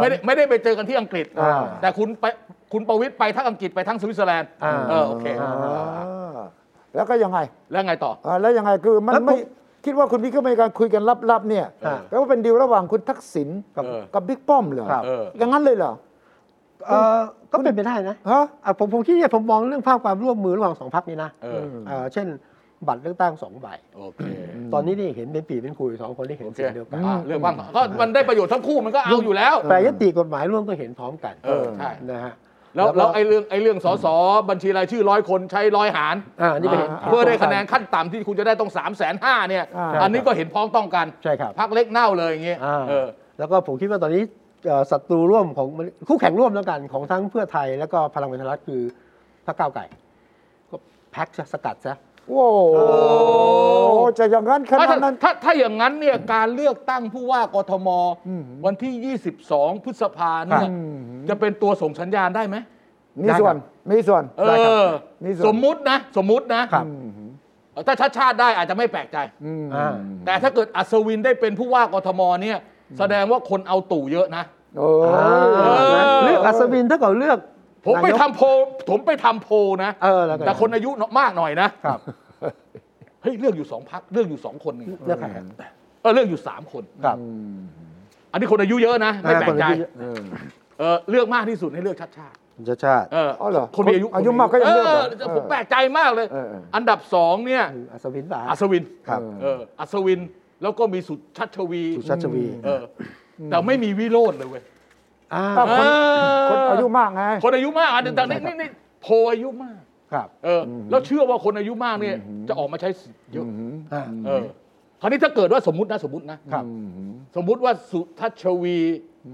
Speaker 2: ไม่ได้ไม่ได้ไปเจอกันที่อังกฤษ
Speaker 1: อ่า
Speaker 2: แต่คุณไปคุณประวิตยไปทั้งอังกฤษไปทั้งสวิตเซอร์แลนด์
Speaker 1: อ่า
Speaker 2: เออโอเค
Speaker 3: อ่าแล้วก็ยังไง
Speaker 2: แล้วไงต่อ
Speaker 3: อ่าแล้วยังไงคือมัน
Speaker 1: แล้วผม
Speaker 3: ไม่คิดว่าคุณพิกรรมการคุยกันลับๆเนี่ย
Speaker 1: อ่า
Speaker 3: แปลว่าเป็นดีลระหว่างคุณทักษิณ
Speaker 1: กับ
Speaker 2: เออ
Speaker 3: กับบิ๊กป้อมเหรอ
Speaker 1: ครับ
Speaker 2: เออ
Speaker 3: อย่างนั้นเลยเหรอ
Speaker 1: เอ่อก็เป็นไปได้นะ
Speaker 3: ฮะ
Speaker 1: อ่ะผมผมคิดเนี่ยผมมองเรื่องภาพความร่วมมือระหว่างสองพรรคนี้นะ
Speaker 2: เออ
Speaker 1: เอ่อเช่น บัตรเลือกตั้งสองใบ
Speaker 2: โอเค
Speaker 1: ตอนนี้นี่เห็นเป็นปีเป็นคุยสองคนที่เห็น
Speaker 2: โอเค
Speaker 1: เสียงเดียวกัน
Speaker 2: อ่าเรื่องบ้างก็มันได้ประโยชน์ทั้งคู่มันก็เอาอยู่แล้ว
Speaker 1: แปรยติกฎหมายร่วมก็เห็นพร้อมกัน
Speaker 2: เออใช่
Speaker 1: นะฮะ
Speaker 2: แล้ว
Speaker 1: ก็
Speaker 2: แล้วไอ้เรื่องไอ้เรื่องสสบัญชีรายชื่อร้อยคนใช้ร้อยหาร
Speaker 1: อ่านี่เป็น
Speaker 2: เพื่อได้คะแนนขั้นต่ำที่คุณจะได้ต้อง3ามแสนห้าเนี่ย
Speaker 1: อ่า
Speaker 2: อันนี้ก็เห็นพ้องต้องกัน
Speaker 1: ใช่ครับ
Speaker 2: พักเล็กเน่าเลยอย่างเงี้ย
Speaker 1: อ่า
Speaker 2: เออ
Speaker 1: แล้วก็ผมคิดว่าตอนนี้เอ่อศัตรูร่วมของคู่แข่งร่วมแล้วกันของทั้งเพื่อไทยแล้วก็พลังประชารัฐคือพรรคก้าวไก่ ก็แพ็กซะสกัดซะ
Speaker 3: โอ้โหจะอย่างนั้นข
Speaker 2: ถ้า
Speaker 3: นาดนั้น
Speaker 2: ถ้าถ้าอย่างนั้นเนี่ยการเลือกตั้งผู้ว่ากทม
Speaker 3: อืม
Speaker 2: วันที่ 22 พฤษภาเนี่ย
Speaker 3: อืม
Speaker 2: จะเป็นตัวส่งสัญญาณได้ไหม
Speaker 3: มีส่วนมีส่วน
Speaker 2: เอ
Speaker 1: ได้ครับ
Speaker 2: อ
Speaker 3: นี่ส่วน
Speaker 2: สมมุตินะ สมมุตินะครับ ถ้าชาติชาติได้อาจจะไม่แปลกใจ
Speaker 3: อืม
Speaker 1: อ่า
Speaker 2: แต่ถ้าเกิดอัศวินได้เป็นผู้ว่ากทมเนี่ยแสดงว่าคนเอาตู่เยอะนะ
Speaker 3: โอ้ย
Speaker 2: อ
Speaker 1: เลือกอัศวินถ้าเกิดเลือก
Speaker 2: ผมไป
Speaker 1: นายก
Speaker 2: ทำโพลผมไปทำโพลนะ
Speaker 1: เออแล้วกั
Speaker 2: แต่คนอายุมากหน่อยนะ
Speaker 1: ครับ
Speaker 2: เฮ้ยเลือกอยู่สองพักเลือกอยู่สองคนนี่
Speaker 1: เลือกใครครับ
Speaker 2: เออเลือกอยู่สามคน
Speaker 1: ครับ
Speaker 2: อันนี้คนอายุเยอะนะ ไม่แปล
Speaker 1: คนอา
Speaker 2: กใจ
Speaker 1: ยุเยอะ
Speaker 2: เออเลือกมากที่สุดให้เลือกชัดชาติ
Speaker 1: ชาติชาติ
Speaker 2: เออ
Speaker 3: อเหรอ
Speaker 2: คนมีอายุ
Speaker 3: อายุมากก็ยังเลือกเหรอ
Speaker 2: เออผมแปลกใจมากเลย
Speaker 3: เออเอออั
Speaker 2: อันดับสองเนี่ย
Speaker 1: อัศวินป่ะ
Speaker 2: อัศวิน
Speaker 1: ครับ
Speaker 2: เอออัศวินแล้วก็มีสุชัชวี
Speaker 1: สุชาติชวี
Speaker 2: เอออแต่ไม่มีวิโรธเลยเว้ย
Speaker 1: อ่า
Speaker 3: อ่ะ คน
Speaker 2: เออ
Speaker 3: คนอายุมากไง
Speaker 2: คนอายุมากอันดับนี้นี่นี่โพลอายุมาก
Speaker 1: ครับ
Speaker 2: เอออแล้วเชื่อว่าคนอายุมากเนี่ยจะออกมาใช้สิทธิ์เยอะ
Speaker 1: อ่า
Speaker 2: เออ คราวนี้ถ้าเกิดว่าสมมตินะสมมตินะ
Speaker 1: ครับ
Speaker 2: สมมุติว่าสุทัชวี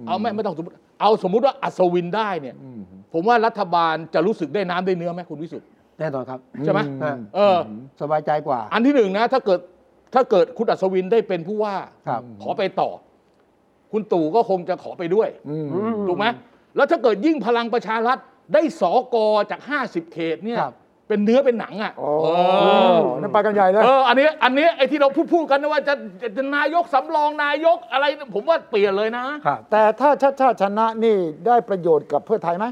Speaker 2: เอาไม่ไม่ต้องสมมติ เอาสมมุติว่าอัศวินได้เนี่ย ผมว่ารัฐบาลจะรู้สึกได้น้ำได้เนื้อไหมคุณวิสุทธิ์
Speaker 1: แน่นอนครับ
Speaker 2: ใช่ไหม
Speaker 1: ฮะ
Speaker 2: เอออ
Speaker 1: สบายใจกว่า
Speaker 2: อันที่หนึ่งนะ ถ้าเกิดถ้าเกิดคุณอัศวินได้เป็นผู้ว่า
Speaker 1: ครับ
Speaker 2: ขอไปต่อ คุณตู่ก็คงจะขอไปด้วย ถูกไหมแล้วถ้าเกิดยิ่งพลังประชารัฐได้สอกอจาก 50 เขตเนี่ย
Speaker 1: ครับ
Speaker 2: เป็นเนื้อเป็นหนังอ่ะ
Speaker 3: โอ้
Speaker 2: เออ
Speaker 3: นั่นไปกันใหญ่เลย
Speaker 2: เออ อันนี้ อันนี้ไอ้ที่เราพูดพูดกันนะว่าจะจะจะนายกสำรองนายกอะไร ผมว่าเปลี่ยนเลยนะ
Speaker 1: ครับ
Speaker 3: แต่ถ้าชาติชาติชนะนี่ได้ประโยชน์กับเพื่อไทยไหม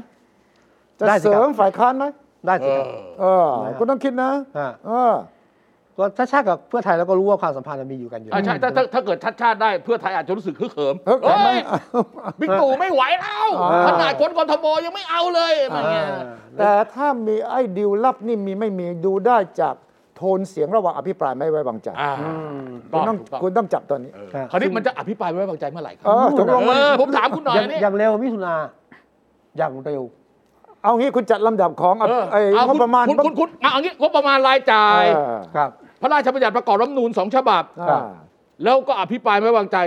Speaker 3: จะ
Speaker 1: ได้สิครับ
Speaker 3: เสริมฝ่ายค้านไหม
Speaker 1: ได้สิครับ
Speaker 3: เออ
Speaker 1: ได้ครับ
Speaker 3: คุณต้องคิดนะ
Speaker 1: ฮะ
Speaker 3: เออ
Speaker 1: ก็ถ้าชาติกับเพื่อไทยเราก็รู้ว่าความสัมพันธ์มันมีอยู่กันอยู่
Speaker 2: อ่าใช่ถ้าถ้าถ้าเกิดชัดชาติได้เพื่อไทยอาจจะรู้สึกฮึกเหิม
Speaker 3: เฮ้ย
Speaker 2: เฮ้ย บิ๊กตู่ไม่ไหวแล้ว
Speaker 3: อ่า
Speaker 2: ขนาดคนกรทมยังไม่เอาเลยอะไรเงี้ย
Speaker 3: แต่ถ้ามีไอ้ดิวลับนี่มีไม่มีดูได้จากโทนเสียงระหว่างอภิปรายไม่ไว้วางใจ
Speaker 2: อ่า
Speaker 3: คุ
Speaker 2: ต้อ
Speaker 3: ณต้อง ง
Speaker 2: ถูกต้อง
Speaker 3: คุณต้องจับตอนนี้
Speaker 2: เออคราวนี้มันจะอภิปรายไม่ไว้วางใจเมื่อไหร่ครั
Speaker 3: เออตกลง
Speaker 2: เอ
Speaker 3: มัน
Speaker 2: อผมถามคุณหน่อย
Speaker 1: อย่าง
Speaker 2: นี่
Speaker 1: อย่างเร็วมิถุนาอย่างเร็ว
Speaker 3: เอางี้คุณจัดลำดับของ
Speaker 2: เออ
Speaker 3: ไอ้
Speaker 2: เอา
Speaker 3: งบประมาณ
Speaker 2: คุณคุณคุณเอาอย่างนี้งบประมาณรายจ่าย
Speaker 3: เออ
Speaker 1: ครับ
Speaker 2: พระราชบัญญัติประกอบรัฐธรรมนูญสองฉบับ
Speaker 3: อ่า
Speaker 2: แล้วก็อภิปรายไม่ไว้วางใจ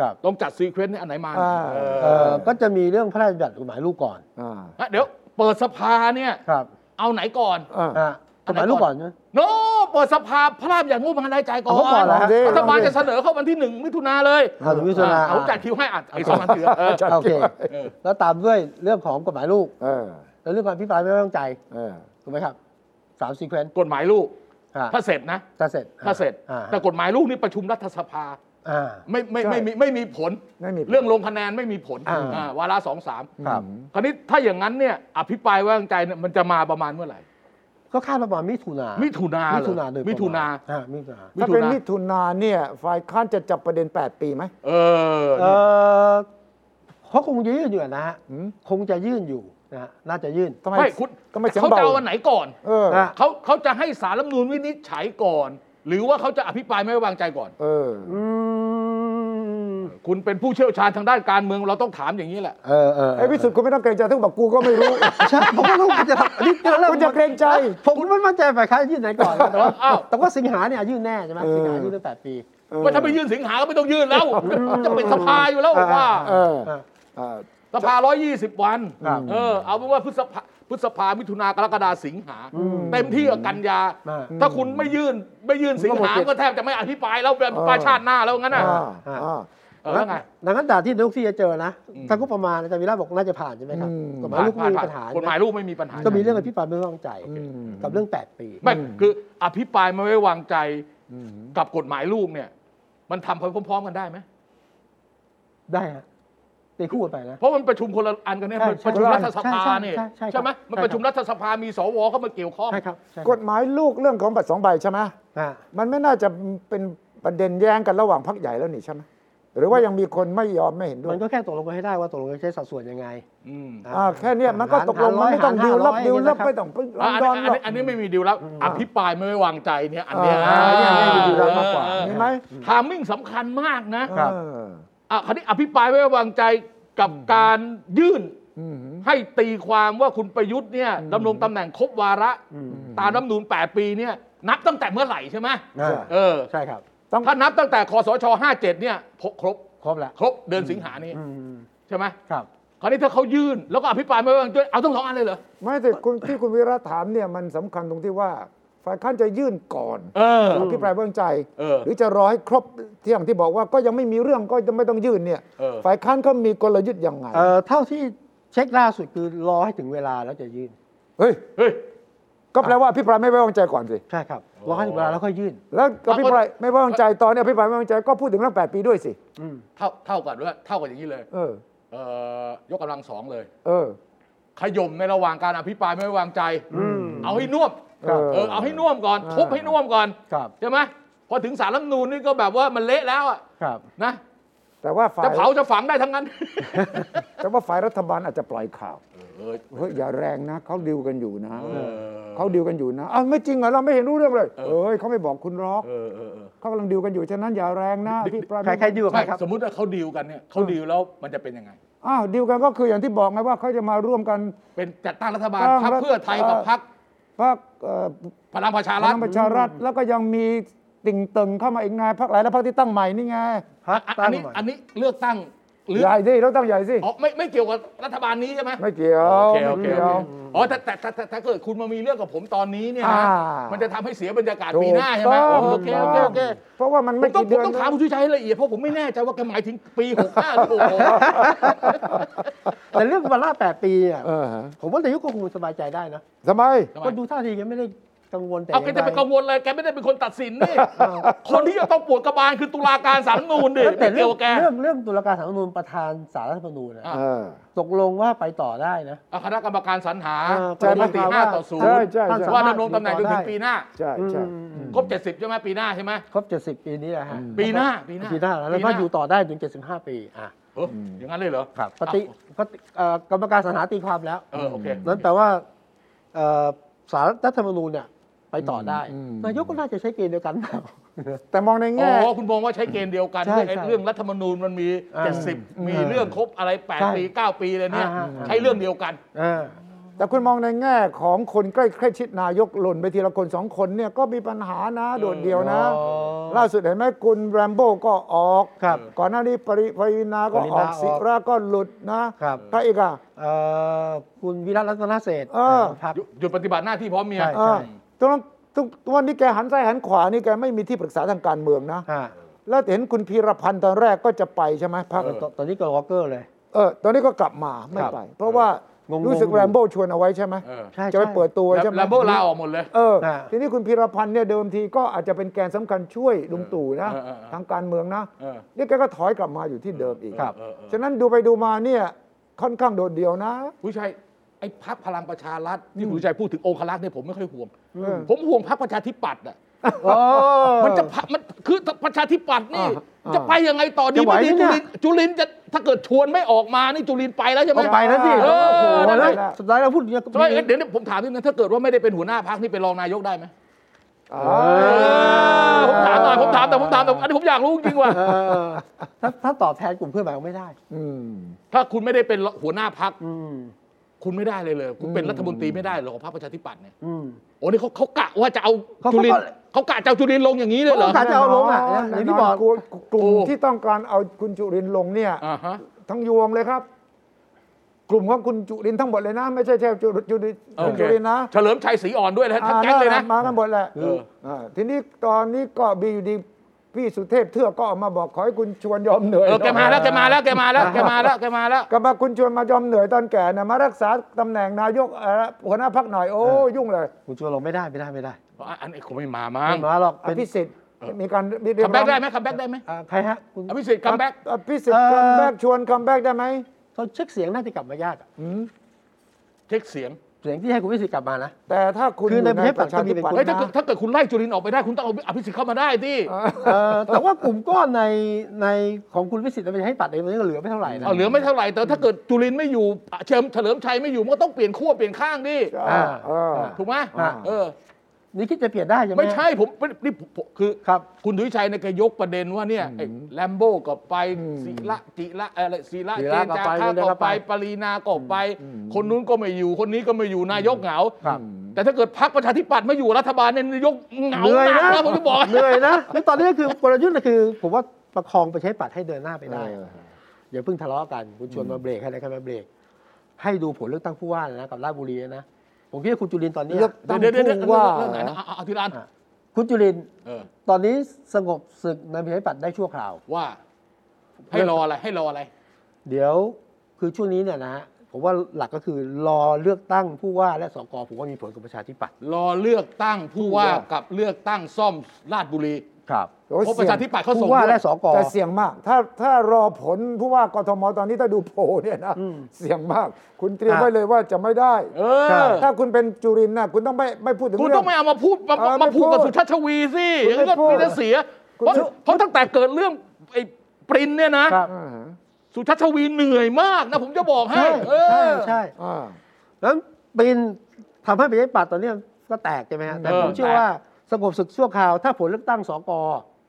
Speaker 1: ครับ
Speaker 2: ต้องจัดซีเควนต์เนี่ยอันไหนมา
Speaker 3: อ่า
Speaker 2: เออ
Speaker 1: เอ่อก็จะมีเรื่องพระราชบัญญัติกฎหมายลูกก่อน
Speaker 3: อ่า
Speaker 2: ฮะเดี๋ยวเปิดสภาเนี่ย
Speaker 1: ครับ
Speaker 2: เอาไหนก่อน
Speaker 3: อ่า
Speaker 1: อ่ะกฎหมายลูกก่อนใช่ไหม
Speaker 2: โนเปิดสภาพระราชบัญญัติงบประมาณรายจ่ายก่อน
Speaker 1: เอาก่อนเหรอฮะ
Speaker 2: รัฐบาลจะเสนอเข้าวันที่หนึ่งมิถุนาเลย
Speaker 1: อ่ะถึงมิถุนา
Speaker 2: อ่ะเอาจัดคิวให้อัดไอ้สองอันเถือะเออ
Speaker 3: จัด
Speaker 1: โอเค
Speaker 2: เออ
Speaker 1: แล้วตามด้วยเรื่องของกฎหมายลูก
Speaker 3: เออ
Speaker 1: แล้วเรื่องการพิปรายไม่ไว้วางใจ
Speaker 3: เออ
Speaker 1: ถูกไหมครับสามซีเควนต์
Speaker 2: กฎหมายลูก
Speaker 1: อ่ะ
Speaker 2: ถ้าเสร็จนะ
Speaker 1: ถ้าเสร็จ
Speaker 2: ถ้าเสร็จ
Speaker 1: อ่ะ
Speaker 2: แต่กฎหมายลูกนี่ประชุมรัฐสภา
Speaker 1: อ่า
Speaker 2: ไม่ไม่
Speaker 3: ใช่
Speaker 2: ไม่มีไม่มีผล
Speaker 3: ไม่มี
Speaker 2: เรื่องลงคะแนนไม่มีผล
Speaker 1: อ่า
Speaker 2: อ่าวาระสองสาม
Speaker 1: ครับ
Speaker 2: คราวนี้ถ้าอย่างนั้นเนี่ยอภิปรายไว้วางใจเนี่ยมันจะมาประมาณเมื่อไหร่
Speaker 1: ก็คาดประมาณมิถุนา
Speaker 2: มิ
Speaker 1: มิ
Speaker 2: ถุนาเหรอ
Speaker 1: มิถุนาโดยประณ
Speaker 2: มิถุนา
Speaker 1: อ่ะมิถุนา
Speaker 3: ถ้าเป็นมิถุนาเนี่ยฝ่ายค้านจะจับประเด็น 8 ปีไหม
Speaker 2: เออ
Speaker 1: เอ
Speaker 2: นี่
Speaker 1: อเขาคงจะยื่นอยู่นะฮะ
Speaker 3: หืม
Speaker 1: คงจะยื่นอยู่นะฮะน่าจะยื่น
Speaker 3: ทำไม
Speaker 2: ไม่คุณ
Speaker 3: ทำไมเสียง
Speaker 2: เขา
Speaker 3: เบา
Speaker 2: จะเอาวันไหนก่อน
Speaker 3: เออ
Speaker 1: นะ
Speaker 2: เขาเขาจะให้สารรัฐธรรมนูลวินิจฉัยก่อน หรือว่าเขาจะอภิปรายไม่ไว้วางใจก่อน
Speaker 3: เออ
Speaker 1: อืม
Speaker 2: คุณเป็นผู้เชี่ยวชาญทางด้านการเมืองเราต้องถามอย่างนี้แหละ
Speaker 1: เออเออ
Speaker 3: ไอ้พิสุทธิ์คุณไม่ต้องเกรงใจทุกบอกกูก็ไม่รู้
Speaker 1: ใช่ผมก็รู้คุณจะทำอันนี้เริ่ม
Speaker 3: คุณจะเกรงใจ
Speaker 1: ผมก็ไม่มั่นใจฝ่ายค้านยื่นไหน ก่อนนะแต่ว่า
Speaker 2: อ้าว
Speaker 1: แต่ว่าสิงหาเนี่ยยื่นแน่ใช่ไหม
Speaker 3: เออ
Speaker 1: สิงหายื่นตั้งแปดปี
Speaker 2: ว่าถ้าไม่ยื่นสิงหาก็ไม่ต้องยื่นแล้ว จะเป็นสภาอยู่แล้วว่า
Speaker 3: เออ
Speaker 1: อ่ะ
Speaker 3: เออ
Speaker 2: สภา 120 วัน
Speaker 1: ครับ
Speaker 2: เออ เอาเป็นว่าพฤษภาพฤษภามิถุนากรกฎาสิงหา เต็มที่กับกันยา
Speaker 1: อ่า
Speaker 2: ถ้าคุณไม่ยื่นไม่ยื่นสิงหา ก็แทบจะไม่อภิปรายแล้วเป็นประชาติหน้าแล้วงั้น
Speaker 3: อ่า
Speaker 2: น่ะ
Speaker 3: อ่า
Speaker 2: เออแล้วไง
Speaker 1: ดังนั้นด่านที่นายกที่จะเจอนะถ้างบประมาณอาจารย์วีระบอกน่าจะผ่านใช่ไหมครับ
Speaker 3: อืม
Speaker 1: กฎหมายลูกไม่มีปัญหา
Speaker 2: ผ่นผ่นกฎหมายลูกไม่มีปัญหา
Speaker 1: ก็มีเรื่องอภิปรายไม่ไว้วางใจ กับเรื่องแปดปี
Speaker 2: ไม่คืออภิปรายไม่ไว้วางใจกับกฎหมายลูกเนี่ย มันทำไปพร้อมๆกันได้ไหม
Speaker 1: ได้ฮะตีคู่กันไปนะ
Speaker 2: เพราะมันประชุมคนละอันกันเนี่ย
Speaker 1: ใช่
Speaker 2: ประชุม
Speaker 1: ใช่
Speaker 2: รัฐสภา
Speaker 1: ใช่
Speaker 2: เนี่ย
Speaker 1: ใช่ใช่
Speaker 2: ใช่ไหม
Speaker 1: ใช่ครับ
Speaker 2: มันประชุมรัฐสภามีสวเข้ามาเกี่ยวข้อง
Speaker 1: ใช่ครับใช่ครับ
Speaker 3: กฎหมายลูกเรื่องของบัตรสองใบใช่ไหม
Speaker 1: อ่ะ
Speaker 3: มันไม่น่าจะเป็นประเด็นแย้งกันระหว่างพรรคใหญ่แล้วนี่ใช่ไหมหรือว่ายังมีคนไม่ยอมไม่เห็นด้ว
Speaker 1: มั
Speaker 3: ย
Speaker 1: นก็แค่ตกลงกันให้ได้ว่าตกลงกันใช้สัดส่วนยังไง
Speaker 2: อืม
Speaker 3: อ่าแค่เนี้ยมันก็ตกลงมันไม่ต้องดิวลับดิวลับไม่ต้องไปล
Speaker 2: อ่ะ
Speaker 3: อน
Speaker 2: อัน
Speaker 3: ด
Speaker 2: นี้
Speaker 3: อนหรอก
Speaker 2: อันนี้อันนี้ไม่มีดีลแล้วอภิปรายไม่ไว้วางใจเนี่ยอันเนี้ย
Speaker 3: อ่าเนี่ยเนี่ยมีดีลลับมากกว่า
Speaker 2: เออ
Speaker 3: เห็นไหม
Speaker 2: ทามมิ่งสำคัญมากนะ
Speaker 1: ครับ
Speaker 3: เออ
Speaker 2: อ่ะคราวนี้อภิปรายไม่ไว้วางใจกับการยื่น
Speaker 3: อืม
Speaker 2: ให้ตีความว่าคุณประยุทธ์เนี่ยดำรงตำแหน่งครบวาระ ตามรัฐธรรมนูน8 ปีเนี่ยนับตั้งแต่เมื่อไหร่ใช่ไหม
Speaker 1: อ่า
Speaker 2: เออ
Speaker 1: ใช่ครับ
Speaker 3: ต้อง
Speaker 2: ถ้านับตั้งแต่คสช 57 เนี่ยครบ
Speaker 1: ครบแล้ว
Speaker 2: ครบเดือนสิงหานี้
Speaker 1: อืม
Speaker 2: ใช่ไหม
Speaker 1: ครับ
Speaker 2: คราวนี้ถ้าเขายื่นแล้วก็อภิปรายไม่ไว้วางใจเอาทั้งสองอันเลยเหรอ
Speaker 3: ไม่แต่คุณที่คุณวิระถามเนี่ยมันสำคัญตรงที่ว่าฝ่ายค้านจะยื่นก่อน
Speaker 2: เออ
Speaker 3: อภิปรายเบื้องใจ
Speaker 2: เออ
Speaker 3: หรือจะรอให้ครบที่อย่างที่บอกว่าก็ยังไม่มีเรื่องก็จะไม่ต้องยื่นเนี่ย
Speaker 2: เออ
Speaker 3: ฝ่ายค้านเขามีกลยุทธ์ยังไง
Speaker 1: เอ่อเท่าที่เช็คล่าสุดคือรอให้ถึงเวลาแล้วจะยื่น
Speaker 3: เฮ้ย
Speaker 2: เฮ้ย
Speaker 3: ก็แปลว่าอภิปรายไม่ไว้วางใจก่อนสิ
Speaker 1: ใช่ครับ รอให้ถึงเวลาแล้วค่อยยื่น
Speaker 3: แล้วอภิปรายไม่ไว้วางใจตอนนี้อภิปรายไม่ไว้วางใจก็พูดถึงเรื่องแปดปีด้วยสิ
Speaker 1: อืม
Speaker 2: เท่าเท่ากันด้วยเท่ากันอย่างนี้เลย
Speaker 3: เออ
Speaker 2: เออยกกำลังสองเลย
Speaker 3: เออ
Speaker 2: ขย่มในระหว่างการอภิปรายไม่ไว้วางใจ เอาให้น่วม
Speaker 3: ครับ
Speaker 2: เออเอาให้น่วมก่อน ทุบให้น่วมก่อน
Speaker 1: ครับ
Speaker 2: ใช่ไหมพอถึงสารรัฐธรรมนูนนี่ก็แบบว่ามันเละแล้วอะ
Speaker 1: ครับ
Speaker 2: นะ
Speaker 3: แต่ว่าฝ่าย
Speaker 2: จะเผาจะฝังได้ทั้งนั้น
Speaker 3: แต่ว่าฝ่ายรัฐบาลอาจจะปล่อยข่าว
Speaker 2: เออ
Speaker 3: เฮ้ยอย่าแรงนะเขาดิวกันอยู่นะ
Speaker 2: เออ
Speaker 3: เขาดิวกันอยู่นะอ้าวไม่จริงเหรอเราไม่เห็นรู้เรื่องเลยเอ้ยเขาไม่บอกคุณหรอก
Speaker 2: เออเออเออ
Speaker 3: เขากำลังดิวกันอยู่ ฉะนั้นอย่าแรงนะพี่ปราณ
Speaker 1: ใครใครดีกว่าใคร
Speaker 2: ไม่
Speaker 1: ครับ
Speaker 2: สมมุติว่าเขาดีลกันเนี่ยเขาดีลแล้วมันจะเป็นยังไง
Speaker 3: อ้าวดิวกันก็คืออย่างที่บอกไงว่าเขาจะมาร่วมกัน
Speaker 2: เป็นจัดตั้งรัฐบาล
Speaker 3: ตั้ง
Speaker 2: พรรค
Speaker 3: รัฐ
Speaker 2: เพื่อไทยกับ
Speaker 3: เอ่อ
Speaker 2: พรรค
Speaker 3: พรรคเอ่อ
Speaker 2: พลังประชา
Speaker 3: พ
Speaker 2: รั
Speaker 3: ลั
Speaker 2: ฐ
Speaker 3: งประชารัฐแล้วก็ยังมี ติ่งเติงเข้ามาอีกไงพรรคหลายแล้วพรรคที่ตั้งใหม่นี่ไง
Speaker 1: พัก
Speaker 2: อั
Speaker 1: ตั้
Speaker 2: น
Speaker 1: ง
Speaker 2: นี้
Speaker 1: ใหม่
Speaker 2: อันนี้เลือกตั้งหรือ
Speaker 3: ใหญ่สิเราตั้งใหญ่สิ
Speaker 2: อ๋อไม่ไม่เกี่ยวกับรัฐบาลนี้ใช่ไหม
Speaker 3: ไม่เกี่ยว
Speaker 2: โอเคโอ
Speaker 3: ไม่
Speaker 2: เค
Speaker 3: เกี่
Speaker 2: โอเค
Speaker 3: ยว
Speaker 2: อ๋อแต่แต่แต่แต่ถ้าเกิดคุณมามีเรื่องกับผมตอนนี้เนี่ยน
Speaker 3: อ่า
Speaker 2: ะ
Speaker 3: มั
Speaker 2: มันจะทำให้เสียบรรยากาศ
Speaker 3: ถู
Speaker 2: ปี
Speaker 3: ก
Speaker 2: หน้าใช่ไหม
Speaker 3: ต้
Speaker 2: อ๋อ
Speaker 3: อ
Speaker 2: ง โอเคโอเคโอเค
Speaker 3: เพราะว่ามัน
Speaker 2: ผ
Speaker 3: ไม่
Speaker 2: มต้อง
Speaker 3: กี่
Speaker 2: ผม
Speaker 3: เดือน
Speaker 2: ต้องถามคุณชูชัยให้ละเอียดเพราะผมไม่แน่ใจว่าแกหมายถึงปี65หรือ66
Speaker 1: แต่เรื่องวาระแปดปีเนี่ย
Speaker 3: เออฮะ
Speaker 1: ผมว่านายกก็คงสบายใจได้นะ
Speaker 3: ทำไม
Speaker 1: ก็ดูท่าทีแกไม่ได้กังวลแต่
Speaker 2: เอาแก
Speaker 1: ย่าง
Speaker 2: จะไป
Speaker 1: ใด
Speaker 2: กังวลอะไรแกไม่ได้เป็นคนตัดสินนี่คนที่จะต้องปวดกระบาลคือตุลาการสารรัฐธรรมนูนดิ
Speaker 1: แต่
Speaker 2: ไม่
Speaker 1: เรื่
Speaker 2: เกี่
Speaker 1: อย ง
Speaker 2: วกับแก
Speaker 1: เรื่องเรื่องตุลาการสารรัฐธรรมนูญประธานสารรัฐธรรมนูญนะ
Speaker 2: อ่ะ
Speaker 3: เออ
Speaker 1: ตกลงว่าไปต่อได้นะ
Speaker 2: เอาคณะกรรมการสรรหา
Speaker 1: เออ
Speaker 3: ใช่
Speaker 2: ลง
Speaker 1: ป
Speaker 2: ม
Speaker 3: ไหม
Speaker 2: ติ
Speaker 1: ระธน
Speaker 2: 5ต่อ0
Speaker 3: ใช่ใช่
Speaker 1: ท่นส
Speaker 2: ว่า
Speaker 1: ถ
Speaker 2: ดำรงตำแหน่งจนถึงปีหน้า
Speaker 3: ใช่
Speaker 1: อืม
Speaker 3: ใช่
Speaker 2: ครบ 70 ใช่ไหมปีหน้าใช่ไหม
Speaker 1: ครบเจ็ดสิบ70 ปีนี้แหละฮะ
Speaker 3: อืม
Speaker 2: ปีหน้าปีหน้า
Speaker 1: ปีหน้าแล้วแล้วก็อยู่ต่อได้ถึง 75 ปีอ่ะ
Speaker 2: เฮ้ยอย่างนั้นเลยเหรอ
Speaker 1: ปฏิปฏิเอ่อกรรมการสรรหาตีความแล้ว
Speaker 2: เออโอเค
Speaker 1: นั้นแปลว่าเอ่อสารรัฐธรรมนูญเนี่ยไปต่อได้
Speaker 3: อืม
Speaker 1: นายกก็น่าจะใช้เกณฑ์เดียวกันเปล่า
Speaker 3: แต่มองใน
Speaker 2: อ๋
Speaker 3: แง่
Speaker 2: อคุณมองว่าใช้เกณฑ์เดียวกัน
Speaker 1: ใช่
Speaker 2: ไอ้
Speaker 1: ใช่
Speaker 2: เรื่องรัฐธรรมนูญมันมี
Speaker 1: อ่า
Speaker 2: 70 มีเรื่องครบอะไร
Speaker 1: ใช่
Speaker 2: 8 ปี 9 ปีเลยเนี่ย
Speaker 1: อ่า
Speaker 2: ใช้เรื่องเดียวกัน
Speaker 1: อ่า
Speaker 3: แต่คุณมองในแง่ของคนใกล้ใกล้ชิดนายกหล่นไปทีละคนสองคนเนี่ยก็มีปัญหานะโดดเดียวนะ
Speaker 1: อ๋อ
Speaker 3: ล่าสุดเห็นไหมคุณแรมโบ้ก็ออก
Speaker 1: ครับ
Speaker 3: ก่อนหน้านี้ปริปรินาก็
Speaker 1: ปริ
Speaker 3: อ
Speaker 1: นา
Speaker 3: อกศิระก็หลุดนะครับ ใครอีกอ่ะ
Speaker 1: เอ่อคุณวิรัตรัตนเศรษฐ์
Speaker 3: เออ
Speaker 1: พัก
Speaker 2: หยุดหยุดปฏิบัติหน้าที่พร้อมเมีย
Speaker 1: ใช่
Speaker 3: เออตรงนั้นตรงตรงวันนี้แกหันซ้ายหันขวานี่แกไม่มีที่ปรึกษาทางการเมืองนะ
Speaker 1: ฮะ
Speaker 3: แล้วเห็นคุณพีรพันธ์ตอนแรกก็จะไปใช่ไหมพัก
Speaker 1: ตอนตอนนี้ก็วอลเกอร์เลย
Speaker 3: เออตอนนี้ก็กลับมาไม่ไป เพราะว่าง
Speaker 1: งๆ
Speaker 3: รู้สึก
Speaker 1: อยู่
Speaker 3: แรมโบ้ชวนเอาไว้ใช่ไหม
Speaker 2: เออ
Speaker 1: ใช่
Speaker 3: จะไป
Speaker 1: ใช่
Speaker 3: เปิดตัว
Speaker 2: แล้ว
Speaker 3: ใช่ไหม
Speaker 2: แล้วโบลาออกหมดเลย
Speaker 3: เออ
Speaker 1: อ่า
Speaker 3: ทีนี้คุณพีรพันธ์เนี่ยเดิมทีก็อาจจะเป็นแกนสำคัญช่วยลุงตู่นะ
Speaker 2: เออเออเออ
Speaker 3: ทางการเมืองนะ
Speaker 2: เออ
Speaker 3: นี่แกก็ถอยกลับมาอยู่ที่เดิมอีก
Speaker 2: ครับเออเออ
Speaker 3: ฉะนั้นดูไปดูมาเนี่ยค่อนข้างโดดเดี่ยวนะ
Speaker 2: คุณชัยไอ้พักพลังประชารัฐที่คุณชัยพูดถึงองคลักษณ์เนี่ยผมไม่ค่อยห่วง
Speaker 3: อืม
Speaker 2: ผมห่วงพักประชาธิปัตย์อะ
Speaker 1: โอ้
Speaker 2: มันจะพะมันคือประชาธิปัตย์นี่
Speaker 3: อ่าอ่า
Speaker 2: จะไปยังไงต่อดี
Speaker 1: จะไหว
Speaker 2: ไม่ดี
Speaker 1: ไหมเนี่
Speaker 2: จุ
Speaker 1: ย
Speaker 2: ลินจุลินจะถ้าเกิดชวนไม่ออกมานี่จุลินไปแล้วใช่ไหม
Speaker 1: เอาไปแล้วสิ
Speaker 2: เอ
Speaker 1: โอ้
Speaker 2: อ
Speaker 1: โห
Speaker 2: ได้
Speaker 1: แล้ว
Speaker 2: ได้
Speaker 1: สุดท้ายเราพูดอย่างนี้ยก็
Speaker 2: ใช่ไหม
Speaker 1: มี
Speaker 2: เอ้ยเดี๋ยวนี้ผมถามนิดนึงถ้าเกิดว่าไม่ได้เป็นหัวหน้าพักนี่เป็นรองนายกได้ไหม
Speaker 3: อ่า
Speaker 1: อ
Speaker 2: ผมถามหน่อยผมถามแต่ผมถามแต่อันนี้ผมอยากรู้จริงว่า
Speaker 1: เออถ้าถ้าตอบแทนกลุ่มเพื่อนแบบไม่ได้
Speaker 3: อืม
Speaker 2: ถ้าคุณไม่ได้เป็นหัวหน้าพัก
Speaker 1: อืม
Speaker 2: คุณไม่ได้เลยเลย คุณเป็นรัฐมนตรีไม่ได้หรอกของพรรคประชาธิปัตย์เนี่ย
Speaker 1: อืม
Speaker 2: โอ้นี่เขาเขากะว่าจะเอา
Speaker 1: เขา
Speaker 2: จุลิน
Speaker 1: เขาก็
Speaker 2: เขากะจะเอาจุลินลงอย่างนี้เลยเหรอ
Speaker 1: เขากะ จะเอาลงอ่ะนะอย่างที่บอก
Speaker 3: แน่นนลัวกลุ่มที่ต้องการเอาคุณจุรินทร์ลงเนี่ย
Speaker 2: อ่าฮะ
Speaker 3: ทั้งยวงเลยครับ กลุ่มของคุณจุรินทร์ทั้งหมดเลยนะ ไม่ใช่แค่จุรินทร์จุรินทร์
Speaker 2: โอเค
Speaker 3: จุรินทร์นะ
Speaker 2: เฉลิมชัยศรีอ่อนด้วยนะทั้ง
Speaker 3: อ่า
Speaker 2: แก๊งเลยนะ
Speaker 3: มากันหมดแหละ
Speaker 2: เออ
Speaker 3: อ่าทีนี้ตอนนี้ก็บีอยู่ดีพี่สุเทพเทือกก็ออกมาบอกขอให้คุณชวนยอมเหนื่อย
Speaker 2: เออแกมาแล้วแกมาแล้วแกมาแล้วแกมาแล้วแกมาแล้ว
Speaker 3: กลับมาคุณชวนมายอมเหนื่อยตอนแก่นะมารักษาตำแหน่งนายกเอ่อหัวหน้าพักหน่อยโอ้ยุ่งเลย
Speaker 1: คุณชวนลงไม่ได้ไม่ได้ไม่ได้
Speaker 2: อ่ะอันนี้คงไม่มามั้ง
Speaker 1: ไม่มาหรอก
Speaker 3: อ
Speaker 1: เป็น
Speaker 3: ภิสิทธิ์มีการเรีย
Speaker 2: คัมแบ็ก
Speaker 3: ร้อง
Speaker 2: ได้ไหมคัมแบ็กได้ไหม
Speaker 1: อ่าใครฮะคุณ
Speaker 2: อภิสิทธิ์คัมแบ็ก
Speaker 3: อภิสิท
Speaker 1: เอ่
Speaker 3: ธิ์
Speaker 1: อ
Speaker 3: คัมแบ็กชวนคัมแบ็กได้ไหม
Speaker 1: เขาเช็คเสียงน่าจะกลับมายากอะ
Speaker 3: อืม
Speaker 2: เช็คเสียง
Speaker 1: เสียงที่ให้คุณวิสิทธิ์กลับมานะ
Speaker 3: แต่ถ้าคุณ
Speaker 1: คือในประเทศ
Speaker 3: ประชาธิ
Speaker 1: ปัจจุ
Speaker 3: ปัตย์
Speaker 1: บัน
Speaker 2: เฮ้ยถ้า
Speaker 3: นะ
Speaker 2: เกิดถ้าเกิดคุณไล่จุลินออกไปได้คุณต้องเอาอภิสิทธิ์เข้ามาได้ที่
Speaker 1: เอ่อแต่ว่ากลุ่มก้อนในในของคุณวิสิทธิ์ไม่ใช่ปัดเองมันก็เหลือไม่เท่าไหร่นะ
Speaker 2: เอาเหลือไม่เท่าไหร่แต่ถ้าเกิดจุลินไม่อยู่เชิมเฉลิมชัยไม่อยู่มันก็ต้องเปลี่ยนขั้วเปลี่ยนข้างดิ
Speaker 1: อ่า
Speaker 3: เออ
Speaker 2: ถูกไหม
Speaker 1: อ่า
Speaker 2: เออ
Speaker 1: นี่คิดจะเปลี่ยนได้ใช่ไหม
Speaker 2: ไม่ใช่ผมผมนี่ผมผมคือ
Speaker 1: ครับ
Speaker 2: คุณดุวิชัยเนี่ยแกยกประเด็นว่าเนี่ยไอ้แลมโบ้ก็ไปศิละจิละอะไรศิละ
Speaker 1: ศิ
Speaker 2: เจ
Speaker 1: ระ
Speaker 2: น
Speaker 1: ก็
Speaker 2: จา
Speaker 1: ไป
Speaker 2: ค่า
Speaker 1: คนเดียว
Speaker 2: ก็
Speaker 1: ก็
Speaker 2: ไป
Speaker 1: ไป
Speaker 2: ปรีนาก็ไป คนนู้นก็ไม่อยู่ คนนี้ก็ไม่อยู่นายกเหงา
Speaker 1: ครับ
Speaker 2: แต่ถ้าเกิดพรรคประชาธิปัตย์ไม่อยู่รัฐบาลเนี่ยนายกเหงา
Speaker 1: เหนื่อย
Speaker 2: หนัก
Speaker 1: นะ
Speaker 2: นะผมจะบอก
Speaker 1: เหนื่อยนะคือตอนนี้ก็คือกลยุทธ์น่ะคือ ผมว่าประคองไปใช้ปัดให้เดินหน้าไปได้ อย่าเพิ่งทะเลาะกันคุณชวนมาเบรกให้อะไรกันมาเบรก ให้ดูผลเลือกตั้งผู้ว่านะกับราชบุรีนะผมคิดว่าคุณจุลินตอนนี้
Speaker 3: เลือก
Speaker 2: เดี๋ยวเดี๋ยวเดี๋ยว
Speaker 3: ว่า
Speaker 2: เรื่องไหนนะเอาเอาเอาทีละอัน
Speaker 1: คุณจุลิน
Speaker 2: เออ
Speaker 1: ตอนนี้สงบศึกในประชาธิปัตย์ได้ชั่วคราว
Speaker 2: ว่า ให้รออะไรให้รออะไร
Speaker 1: เดี๋ยวคือช่วงนี้เนี่ยนะฮะผมว่าหลักก็คือรอเลือกตั้งผู้ว่าและสกผมว่ามีผลกับประชาธิปัตย์
Speaker 2: รอเลือกตั้งผู้ว่ากับเลือกตั้งซ่อมราชบุรี
Speaker 1: ครับ
Speaker 3: โอ้ย
Speaker 2: เพราะประชาธิปัตย์เขาส่ง
Speaker 1: ผู้ว่าและสก
Speaker 3: แต่เสี่ยงมาก ถ้าถ้ารอผลผู้ว่ากทมตอนนี้ถ้าดูโผลเนี่ยนะ
Speaker 1: อืม
Speaker 3: เสี่ยงมาก คุณเตรียม
Speaker 1: อ่ะ
Speaker 3: ไว้เลยว่าจะไม่ได้
Speaker 2: เอ
Speaker 1: ใช่
Speaker 2: อ
Speaker 3: ถ้าคุณเป็นจุรินทร์นะคุณต้องไม่ไม่พูดถึง
Speaker 2: คุณ
Speaker 3: เรื่
Speaker 2: ต้
Speaker 3: อ
Speaker 2: อง
Speaker 3: ง
Speaker 2: ไม่เอามาพูดมา
Speaker 3: เออไม่
Speaker 2: มาพูดกับ
Speaker 3: พูด
Speaker 2: สุชาติชวีสิ
Speaker 3: คุ
Speaker 2: อ
Speaker 3: ณ
Speaker 2: ย่างนั้น
Speaker 3: ไม่
Speaker 2: ก็
Speaker 3: พูด
Speaker 2: มีแต่เสีย
Speaker 3: คุณ
Speaker 2: เพราะเพราะตั้งแต่เกิดเรื่องไอ้ปรินเนี่ยนะ
Speaker 1: ครับ
Speaker 3: อ่าฮะ
Speaker 2: สุชาติชวีเหนื่อยมากนะผมจะบอกให้
Speaker 1: ใช่
Speaker 2: เอ
Speaker 1: ใช่
Speaker 2: อ
Speaker 1: ใช่
Speaker 3: อ่า
Speaker 1: แล้วปีนทำให้ประชาธิปัตย์ตอนนี้ก็แตกใช่ไหมฮะแต่
Speaker 2: เออ
Speaker 1: ผมเชื่อ
Speaker 2: แตก
Speaker 1: ว่าสงบศึกชั่วคราว ถ้าผลเลือกตั้งสก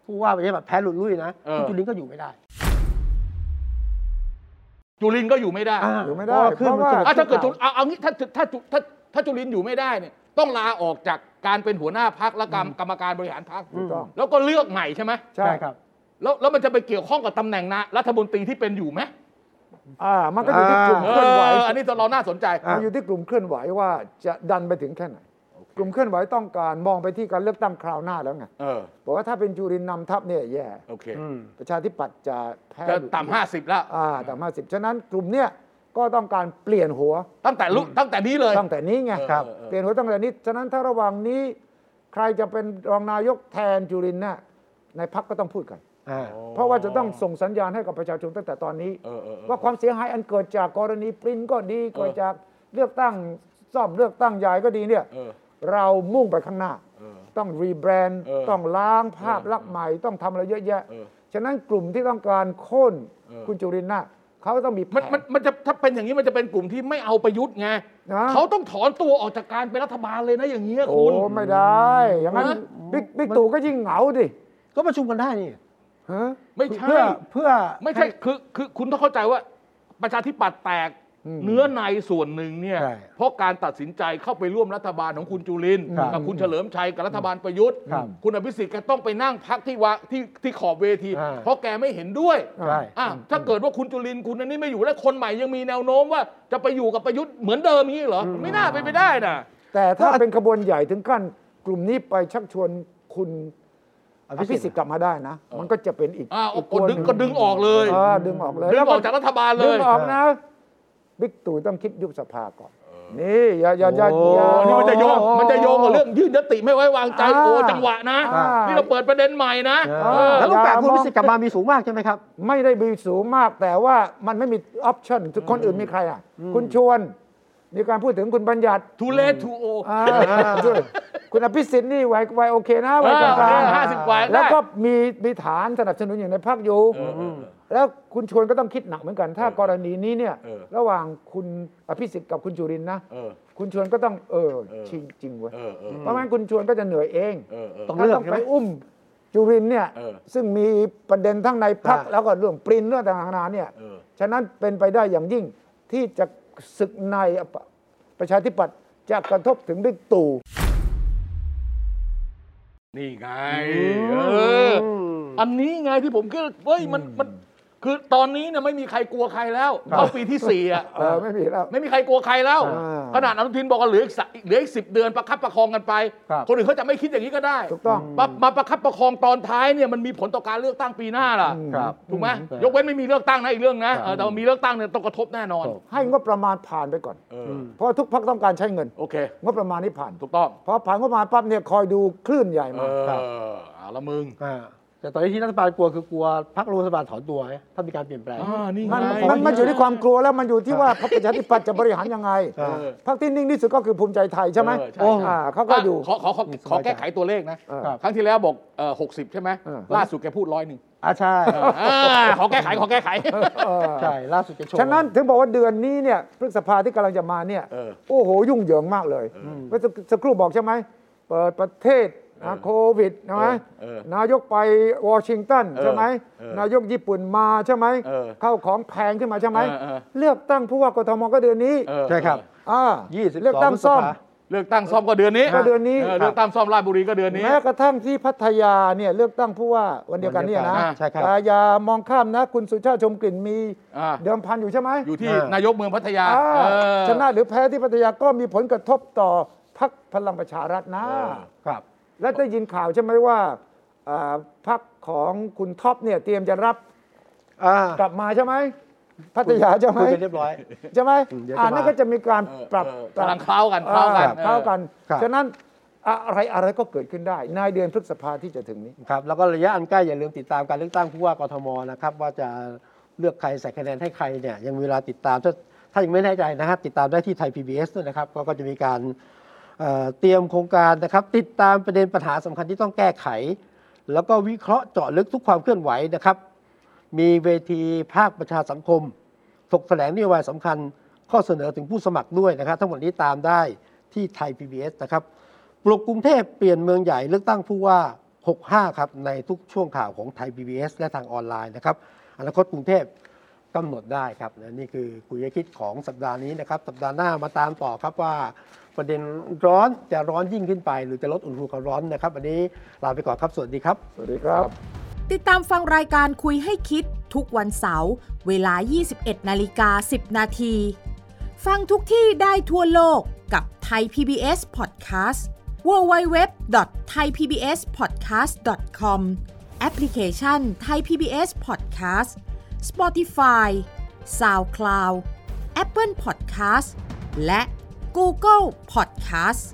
Speaker 1: ผู้ว่าประชาธิปัตย์แพ้หลุดลุ่ยนะ
Speaker 2: เออ
Speaker 1: คุณจุลินก็อยู่ไม่ได้
Speaker 2: จุลินก็อยู่ไม่ได้
Speaker 1: า
Speaker 3: อยู่ไม่ได้
Speaker 1: เพราะว่าขึ้น
Speaker 3: เพราะว่า
Speaker 1: มันสงบ
Speaker 2: อ่ะถ้าเกิด
Speaker 1: ชั่
Speaker 2: จุ
Speaker 1: วครว
Speaker 2: เอาเอางี้ถ้าถ้าถ้าถ้าจุลินอยู่ไม่ได้เนี่ย ต้องลาออกจากการเป็นหัวหน้าพักและกรรมกรรมการบริหารพัก
Speaker 3: ถูกต้อง
Speaker 2: แล้วก็เลือกใหม่ใช่ไหม
Speaker 3: ใช่
Speaker 1: ใช่ครับ
Speaker 2: แล้วแล้วมันจะไปเกี่ยวข้องกับตำแหน่งนะรัฐมนตรีที่เป็นอยู่ไหม
Speaker 3: อ่ามันก็อยู่ที่กลุ่ม
Speaker 2: เอ
Speaker 3: เคลื่อนไหว
Speaker 2: ออันนี้เราน่าสนใจ
Speaker 3: มันอยู่ที่กลุ่มเคลื่อนไหวว่าจะดันไปถึงแค่ไหน กลุ่มเคลื่อนไหวต้องการมองไปที่การเลือกตั้งคราวหน้าแล้วไง
Speaker 2: เออ
Speaker 3: บอกว่าถ้าเป็นจุรินทร์นำทัพเนี่ยแย่
Speaker 2: โอเค
Speaker 1: อืม
Speaker 3: ประชาธิปัตย์จะแพ้
Speaker 2: จะ
Speaker 3: หลุด
Speaker 2: ต่ำห้าสิบแล้ว
Speaker 3: อ่าต่ำห้าสิบฉะนั้นกลุ่มเนี่ยก็ต้องการเปลี่ยนหัว
Speaker 2: ตั้งแต่ลุตั้งแต่นี้เลย
Speaker 3: ตั้งแต่นี้ไง
Speaker 2: ครับเออเออ
Speaker 3: เปลี่ยนหัวตั้งแต่นี้ฉะนั้นถ้าระหว่างนี้ ใครจะเป็นรองนายกแทนจุรินทร์น่ะในพักก็ต้องพูดกัน
Speaker 1: อ่า
Speaker 3: เพราะว่าจะต้องส่งสัญญาณให้กับประชาชนตั้งแต่ตอนนี้
Speaker 2: เออเออเออ
Speaker 3: ว่าความเสียหายอันเกิดจากกรณีปริ้นก็ดีเกิดจากเลือกตั้งซ่อมเลือกตั้งใหญ่ก็ดีเนี่ย
Speaker 2: เออ
Speaker 3: เรามุ่งไปข้างหน้า
Speaker 2: เออ
Speaker 3: ต้องรีแบรนด์
Speaker 2: เออ
Speaker 3: ต้องล้างภาพลักษณ์ใหม่ต้องทำอะไรเยอะแยะ
Speaker 2: เออ
Speaker 3: ฉะนั้นกลุ่มที่ต้องการโค่น
Speaker 2: เออ
Speaker 3: คุณจุรินทร์น่ะเขาก็ต้องมีแผ
Speaker 2: มันมัน
Speaker 3: น
Speaker 2: มันจะถ้าเป็นอย่างนี้มันจะเป็นกลุ่มที่ไม่เอาประยุทธ์ไง
Speaker 3: นะ
Speaker 2: เขาต้องถอนตัวออกจากการเป็นรัฐบาลเลยนะอย่างเงี้ยค
Speaker 3: โอ้
Speaker 2: ุณ
Speaker 3: ไม่ได้ อย่างนั้น
Speaker 2: ฮะ
Speaker 3: บิ๊กบิ๊กตู่ก็ยิ่งเหงาดิ
Speaker 1: ก็ประชุมกันได้นี่
Speaker 3: ฮะ
Speaker 2: ไม่ใช่
Speaker 1: เพื่อเพื่อ
Speaker 2: ไม่ใช่
Speaker 1: ห้
Speaker 2: คือคือคุณต้องเข้าใจว่า ประชาธิปัตย์แตกเนื้อในส่วนหนึ่งเนี่ย
Speaker 1: ใช่
Speaker 2: เพราะการตัดสินใจเข้าไปร่วมรัฐบาลของคุณจุลินทร์
Speaker 1: ครับ
Speaker 2: กับคุณเฉลิมชัยกับรัฐบาลประยุทธ์
Speaker 1: ครับ
Speaker 2: คุณอภิสิทธิ์แกต้องไปนั่งพักที่วะที่ที่ขอบเวที
Speaker 1: อ่า
Speaker 2: เพราะแกไม่เห็นด้วย
Speaker 1: ใช่
Speaker 2: อ่ะถ้าเกิดว่าคุณจุลินทร์คุณอันนี้ไม่อยู่แล้วคนใหม่ยังมีแนวโน้มว่าจะไปอยู่กับประยุทธ์เหมือนเดิมอย่างนี้เหรอมันไม่น่าไปนไปได้นะ
Speaker 3: แต่ถ้า
Speaker 1: ก็อาจ
Speaker 3: เป็นขบวนใหญ่ถึงขั้นกลุ่มนี้ไปชักชวนคุณ
Speaker 1: อ
Speaker 3: อภิ
Speaker 1: ภิ
Speaker 3: สิ
Speaker 1: สิ
Speaker 3: ท
Speaker 1: ท
Speaker 3: ธิ์
Speaker 1: ธิ์
Speaker 3: กลับมาได้นะ มันก็จะเป็นอีก
Speaker 2: อ่า
Speaker 3: อีก
Speaker 2: ก็ดึง
Speaker 3: หนึ่
Speaker 2: ก็ดึงออกเลย
Speaker 3: อดึงออกเลย
Speaker 2: ดึง
Speaker 3: แล้ว
Speaker 2: ออกจากรัฐบาลเล
Speaker 3: ดึ
Speaker 2: ย
Speaker 3: งออกนะบิ๊กตู่ต้องคิดยุบสภาก่อน นี่อย่าอย่าอย่าอย่า
Speaker 2: โอ้นี่มันจะโยงมันจะโยงกับเรื่องยื่นยติไม่ไว้วางใจ
Speaker 3: อ่า
Speaker 2: โอ้จังหวะนะ
Speaker 3: อ่านี่
Speaker 2: นี่เราเปิดประเด็นใหม่นะ
Speaker 1: เออแล้วโอกาสคุณอภิสิทธิ์กลับมามีสูงมากใช่ไหมครับ
Speaker 3: ไม่ได้มีสูงมากแต่ว่ามันไม่มีออปชั่นคนอื่นมีใครอ่ะ คุณชวน มีการพูดถึงคุณบัญญัติ
Speaker 2: ทูเลทูโอ
Speaker 3: อ่าด้วยคุณอภิสิทธิ์นี่ไวไวโอเคนะไวกลาง
Speaker 2: เออ50กว่าได้
Speaker 3: แล้วก็มีมีฐานสนับสนุนอย่างในพรรคอยู่
Speaker 2: เออเออเออ
Speaker 3: แล้วคุณชวนก็ต้องคิดหนักเหมือนกัน ถ้ากรณีนี้เนี่ย
Speaker 2: เออ
Speaker 3: ระหว่างคุณอภิสิทธิ์กับคุณจุรินทร์นะ
Speaker 2: เออ
Speaker 3: คุณชวนก็ต้องเออ
Speaker 2: เออ
Speaker 3: จริงจริงเว้ย
Speaker 2: เออเออ
Speaker 3: เพราะงั้นคุณชวนก็จะเหนื่อยเอง
Speaker 2: เออเออ
Speaker 1: ต้อง
Speaker 3: ถ้า
Speaker 1: เลือก
Speaker 3: ต้อง
Speaker 1: ใช่
Speaker 3: ไป
Speaker 1: ไหม
Speaker 3: อุ้มจุรินทร์เนี่ย
Speaker 2: เออ
Speaker 3: ซึ่งมีประเด็นทั้งในพัก
Speaker 1: อ่า
Speaker 3: แล้วก็เรื่องปรินท์เรื่องต่างๆนานาเนี่ย
Speaker 2: เออ
Speaker 3: ฉะนั้นเป็นไปได้อย่างยิ่งที่จะศึกในประชาธิปัตย์จะกระทบถึงบิ๊กตู่
Speaker 2: นี่ไงเออออันนี้ไงที่ผมคิดว่าเฮ้ยมันมันคือตอนนี้เนี่ยไม่มีใครกลัวใครแล้วเข้าปีที่สี่อ่ะ
Speaker 3: เออไม่มีแล้ว
Speaker 2: ไม่มีใครกลัวใครแล้ว
Speaker 3: อ่า
Speaker 2: ขนาดอนุทินบอกว่าเหลืออีกสะเหลืออีกสิเดือนประคับประคองกันไป
Speaker 1: ครับ
Speaker 2: คนอื่นเขาจะไม่คิดอย่างนี้ก็ได้
Speaker 3: ถูกต้อง
Speaker 2: มามาประคับประคองตอนท้ายเนี่ยมันมีผลต่อการเลือกตั้งปีหน้าล่ะ
Speaker 1: ครับ
Speaker 2: ถูกไหม
Speaker 1: อืม
Speaker 2: ยกเว้นไม่มีเลือกตั้งนะอีกเรื่องนะครับ เออแต่ว่ามีเลือกตั้งเนี่ยต้องกระทบแน่นอน
Speaker 1: ครับ
Speaker 3: ให้งบประมาณผ่านไปก่อน
Speaker 2: เอออ
Speaker 3: เพราะทุกพักต้องการใช้เงิน
Speaker 2: โอเค
Speaker 3: งบประมาณนี้ผ่าน
Speaker 2: ถูกต้อง
Speaker 3: พอผ่านงบประมาณปั๊บเนี่ยคอยดูคลื่นใหญ่
Speaker 2: เอ
Speaker 3: มา
Speaker 2: อ
Speaker 1: ครับ
Speaker 2: เอาละมึง
Speaker 1: อ่าแต่ตอนนี้ที่รัฐบาลกลัวคือกลัวพรรครัฐบาลถอนตัวไงถ้ามีการเปลี่ยนแปลง
Speaker 2: อ่านี่ไง
Speaker 3: มันมันมันอยู่ที่ความกลัวแล้วมันอยู่ที่ว่าพรรคประชาธิปัตย์จะบริหารยังไง
Speaker 1: เออ
Speaker 3: พรรคที่นิ่งที่สุดก็คือภูมิใจไทยใช่ไหม
Speaker 2: เออใช่
Speaker 1: โอ้
Speaker 2: ใช่
Speaker 3: อ่าเขาก็อยู่
Speaker 2: ขอขอขอขอแก้ไขตัวเลขนะ
Speaker 3: เออ
Speaker 2: ครั้งที่แล้วบอกหกสิบใช่ไหม
Speaker 3: เออ
Speaker 2: ล่าสุดแกพูดร้อยหนึ่ง
Speaker 1: อ่าใช่
Speaker 2: ขอแก้ไขขอแก้ไข
Speaker 3: เออ
Speaker 1: ใช่ ล่าสุดจะโชว์
Speaker 3: ฉะนั้นถึงบอกว่าเดือนนี้เนี่ยพฤษภาที่กำลังจะมาเนี่ย
Speaker 2: เออ
Speaker 3: โอ้โห ยุ่งเหยิงมากเลยเมื่อสักสักครู่บอกใช่ไหมเปิดประเทศนะโควิดใช่ไหม
Speaker 2: เออน
Speaker 3: ายกไปวอชิงตัน
Speaker 2: เออ
Speaker 3: ใช่ไหม
Speaker 2: เออน
Speaker 3: ายกญี่ปุ่นมาใช่ไหม
Speaker 2: เออ
Speaker 3: เข้าของแพงขึ้นมาใช่ไหม
Speaker 2: เออเออ
Speaker 3: เลือกตั้งผู้ว่ากทมก็เดือนนี้
Speaker 2: เออ
Speaker 1: ใช่ครับ
Speaker 3: อ่า
Speaker 1: 22
Speaker 3: เลือกตั้งซ่อม
Speaker 1: พฤษภา
Speaker 2: เลือกตั้งซ่อมก็เดือนนี้
Speaker 3: ก็เดือนนี้
Speaker 2: เลือกตั้งซ่อมราชบุรีก็เดือนนี้
Speaker 3: แม้กระทั่งที่พัทยาเนี่ยเลือกตั้งผู้ว่าวันเดียวกันเนี่ย
Speaker 2: วั
Speaker 3: นะ
Speaker 2: นเดียวกันอ่า
Speaker 1: ใช่ครับ
Speaker 3: อ่าอย่ามองข้ามนะ คุณสุชาติชมกลิ่นมี
Speaker 2: อ่า
Speaker 3: เดิมพันอยู่ใช่ไหม
Speaker 2: อยู่ที่
Speaker 1: อ่าน
Speaker 2: ายกเมืองพัทยา
Speaker 3: อ่า
Speaker 2: เออ
Speaker 3: ชนะหรือแพ้ที่พัทยาก็มีผลกระทบต่อพักพลังประชารัฐนะ
Speaker 2: เออ
Speaker 1: ครับ
Speaker 3: และได้ยินข่าวใช่ไหมว่าอ่าพักของคุณท็อปเนี่ยเตรียมจะรับ
Speaker 1: อ่าก
Speaker 3: ลับมาใช่ไหมพัทยาใช่ไหม
Speaker 1: คุยกันเรียบร้อย
Speaker 3: ใช่ไหม
Speaker 1: อืมเดี๋ยวจะ
Speaker 3: อ่านั่น
Speaker 1: มา
Speaker 3: ก็จะมีการ
Speaker 2: เออ
Speaker 3: ปรับ
Speaker 2: เออ
Speaker 3: ปรับ
Speaker 2: กำลังเคล้ากันเคล้ากัน
Speaker 3: อ่เคล้ากัน
Speaker 1: ครับ
Speaker 3: ฉะนั้นอะไรอะไรก็เกิดขึ้นได้ในเดือนพฤษภาที่จะถึงนี้
Speaker 1: ครับแล้วก็ระยะอันใกล้อย่าลืมติดตามการเลือกตั้งผู้ว่ากทมนะครับว่าจะเลือกใครใส่คะแนนให้ใครเนี่ยยังมีเวลาติดตามถ้าถ้ายังไม่แน่ใจนะฮะติดตามได้ที่ไทย PBS ด้วยนะครับก็ก็จะมีการเอ่อเตรียมโครงการนะครับ ติดตามประเด็นปัญหาสำคัญที่ต้องแก้ไข แล้วก็วิเคราะห์เจาะลึกทุกความเคลื่อนไหวนะครับ มีเวทีภาคประชาสังคม ถกแถลงนโยบายสำคัญข้อเสนอถึงผู้สมัครด้วยนะครับ ทั้งหมดนี้ตามได้ที่ไทย PBS นะครับ ปลุกกรุงเทพเปลี่ยนเมืองใหญ่เลือกตั้งผู้ว่า 65 ครับ ในทุกช่วงข่าวของไทย PBS และทางออนไลน์นะครับ อนาคตกรุงเทพ กำหนดได้ครับและนี่คือคุยให้คิดของสัปดาห์นี้นะครับ สัปดาห์หน้ามาตามต่อครับว่า ประเด็นร้อนจะร้อนยิ่งขึ้นไป หรือจะลดอุณหภูมิความร้อนนะครับวันนี้ลาไปก่อนครับสวัสดีครับ
Speaker 3: สวัสดีครับ
Speaker 8: ติดตามฟังรายการคุยให้คิดทุกวันเสาร์เวลา 21 นาฬิกา 10 นาที ฟังทุกที่ได้ทั่วโลกกับไทย PBS Podcast www.thaipbspodcast.com แอปพลิเคชัน Thai PBS Podcast Spotify SoundCloud Apple Podcast และ Google Podcast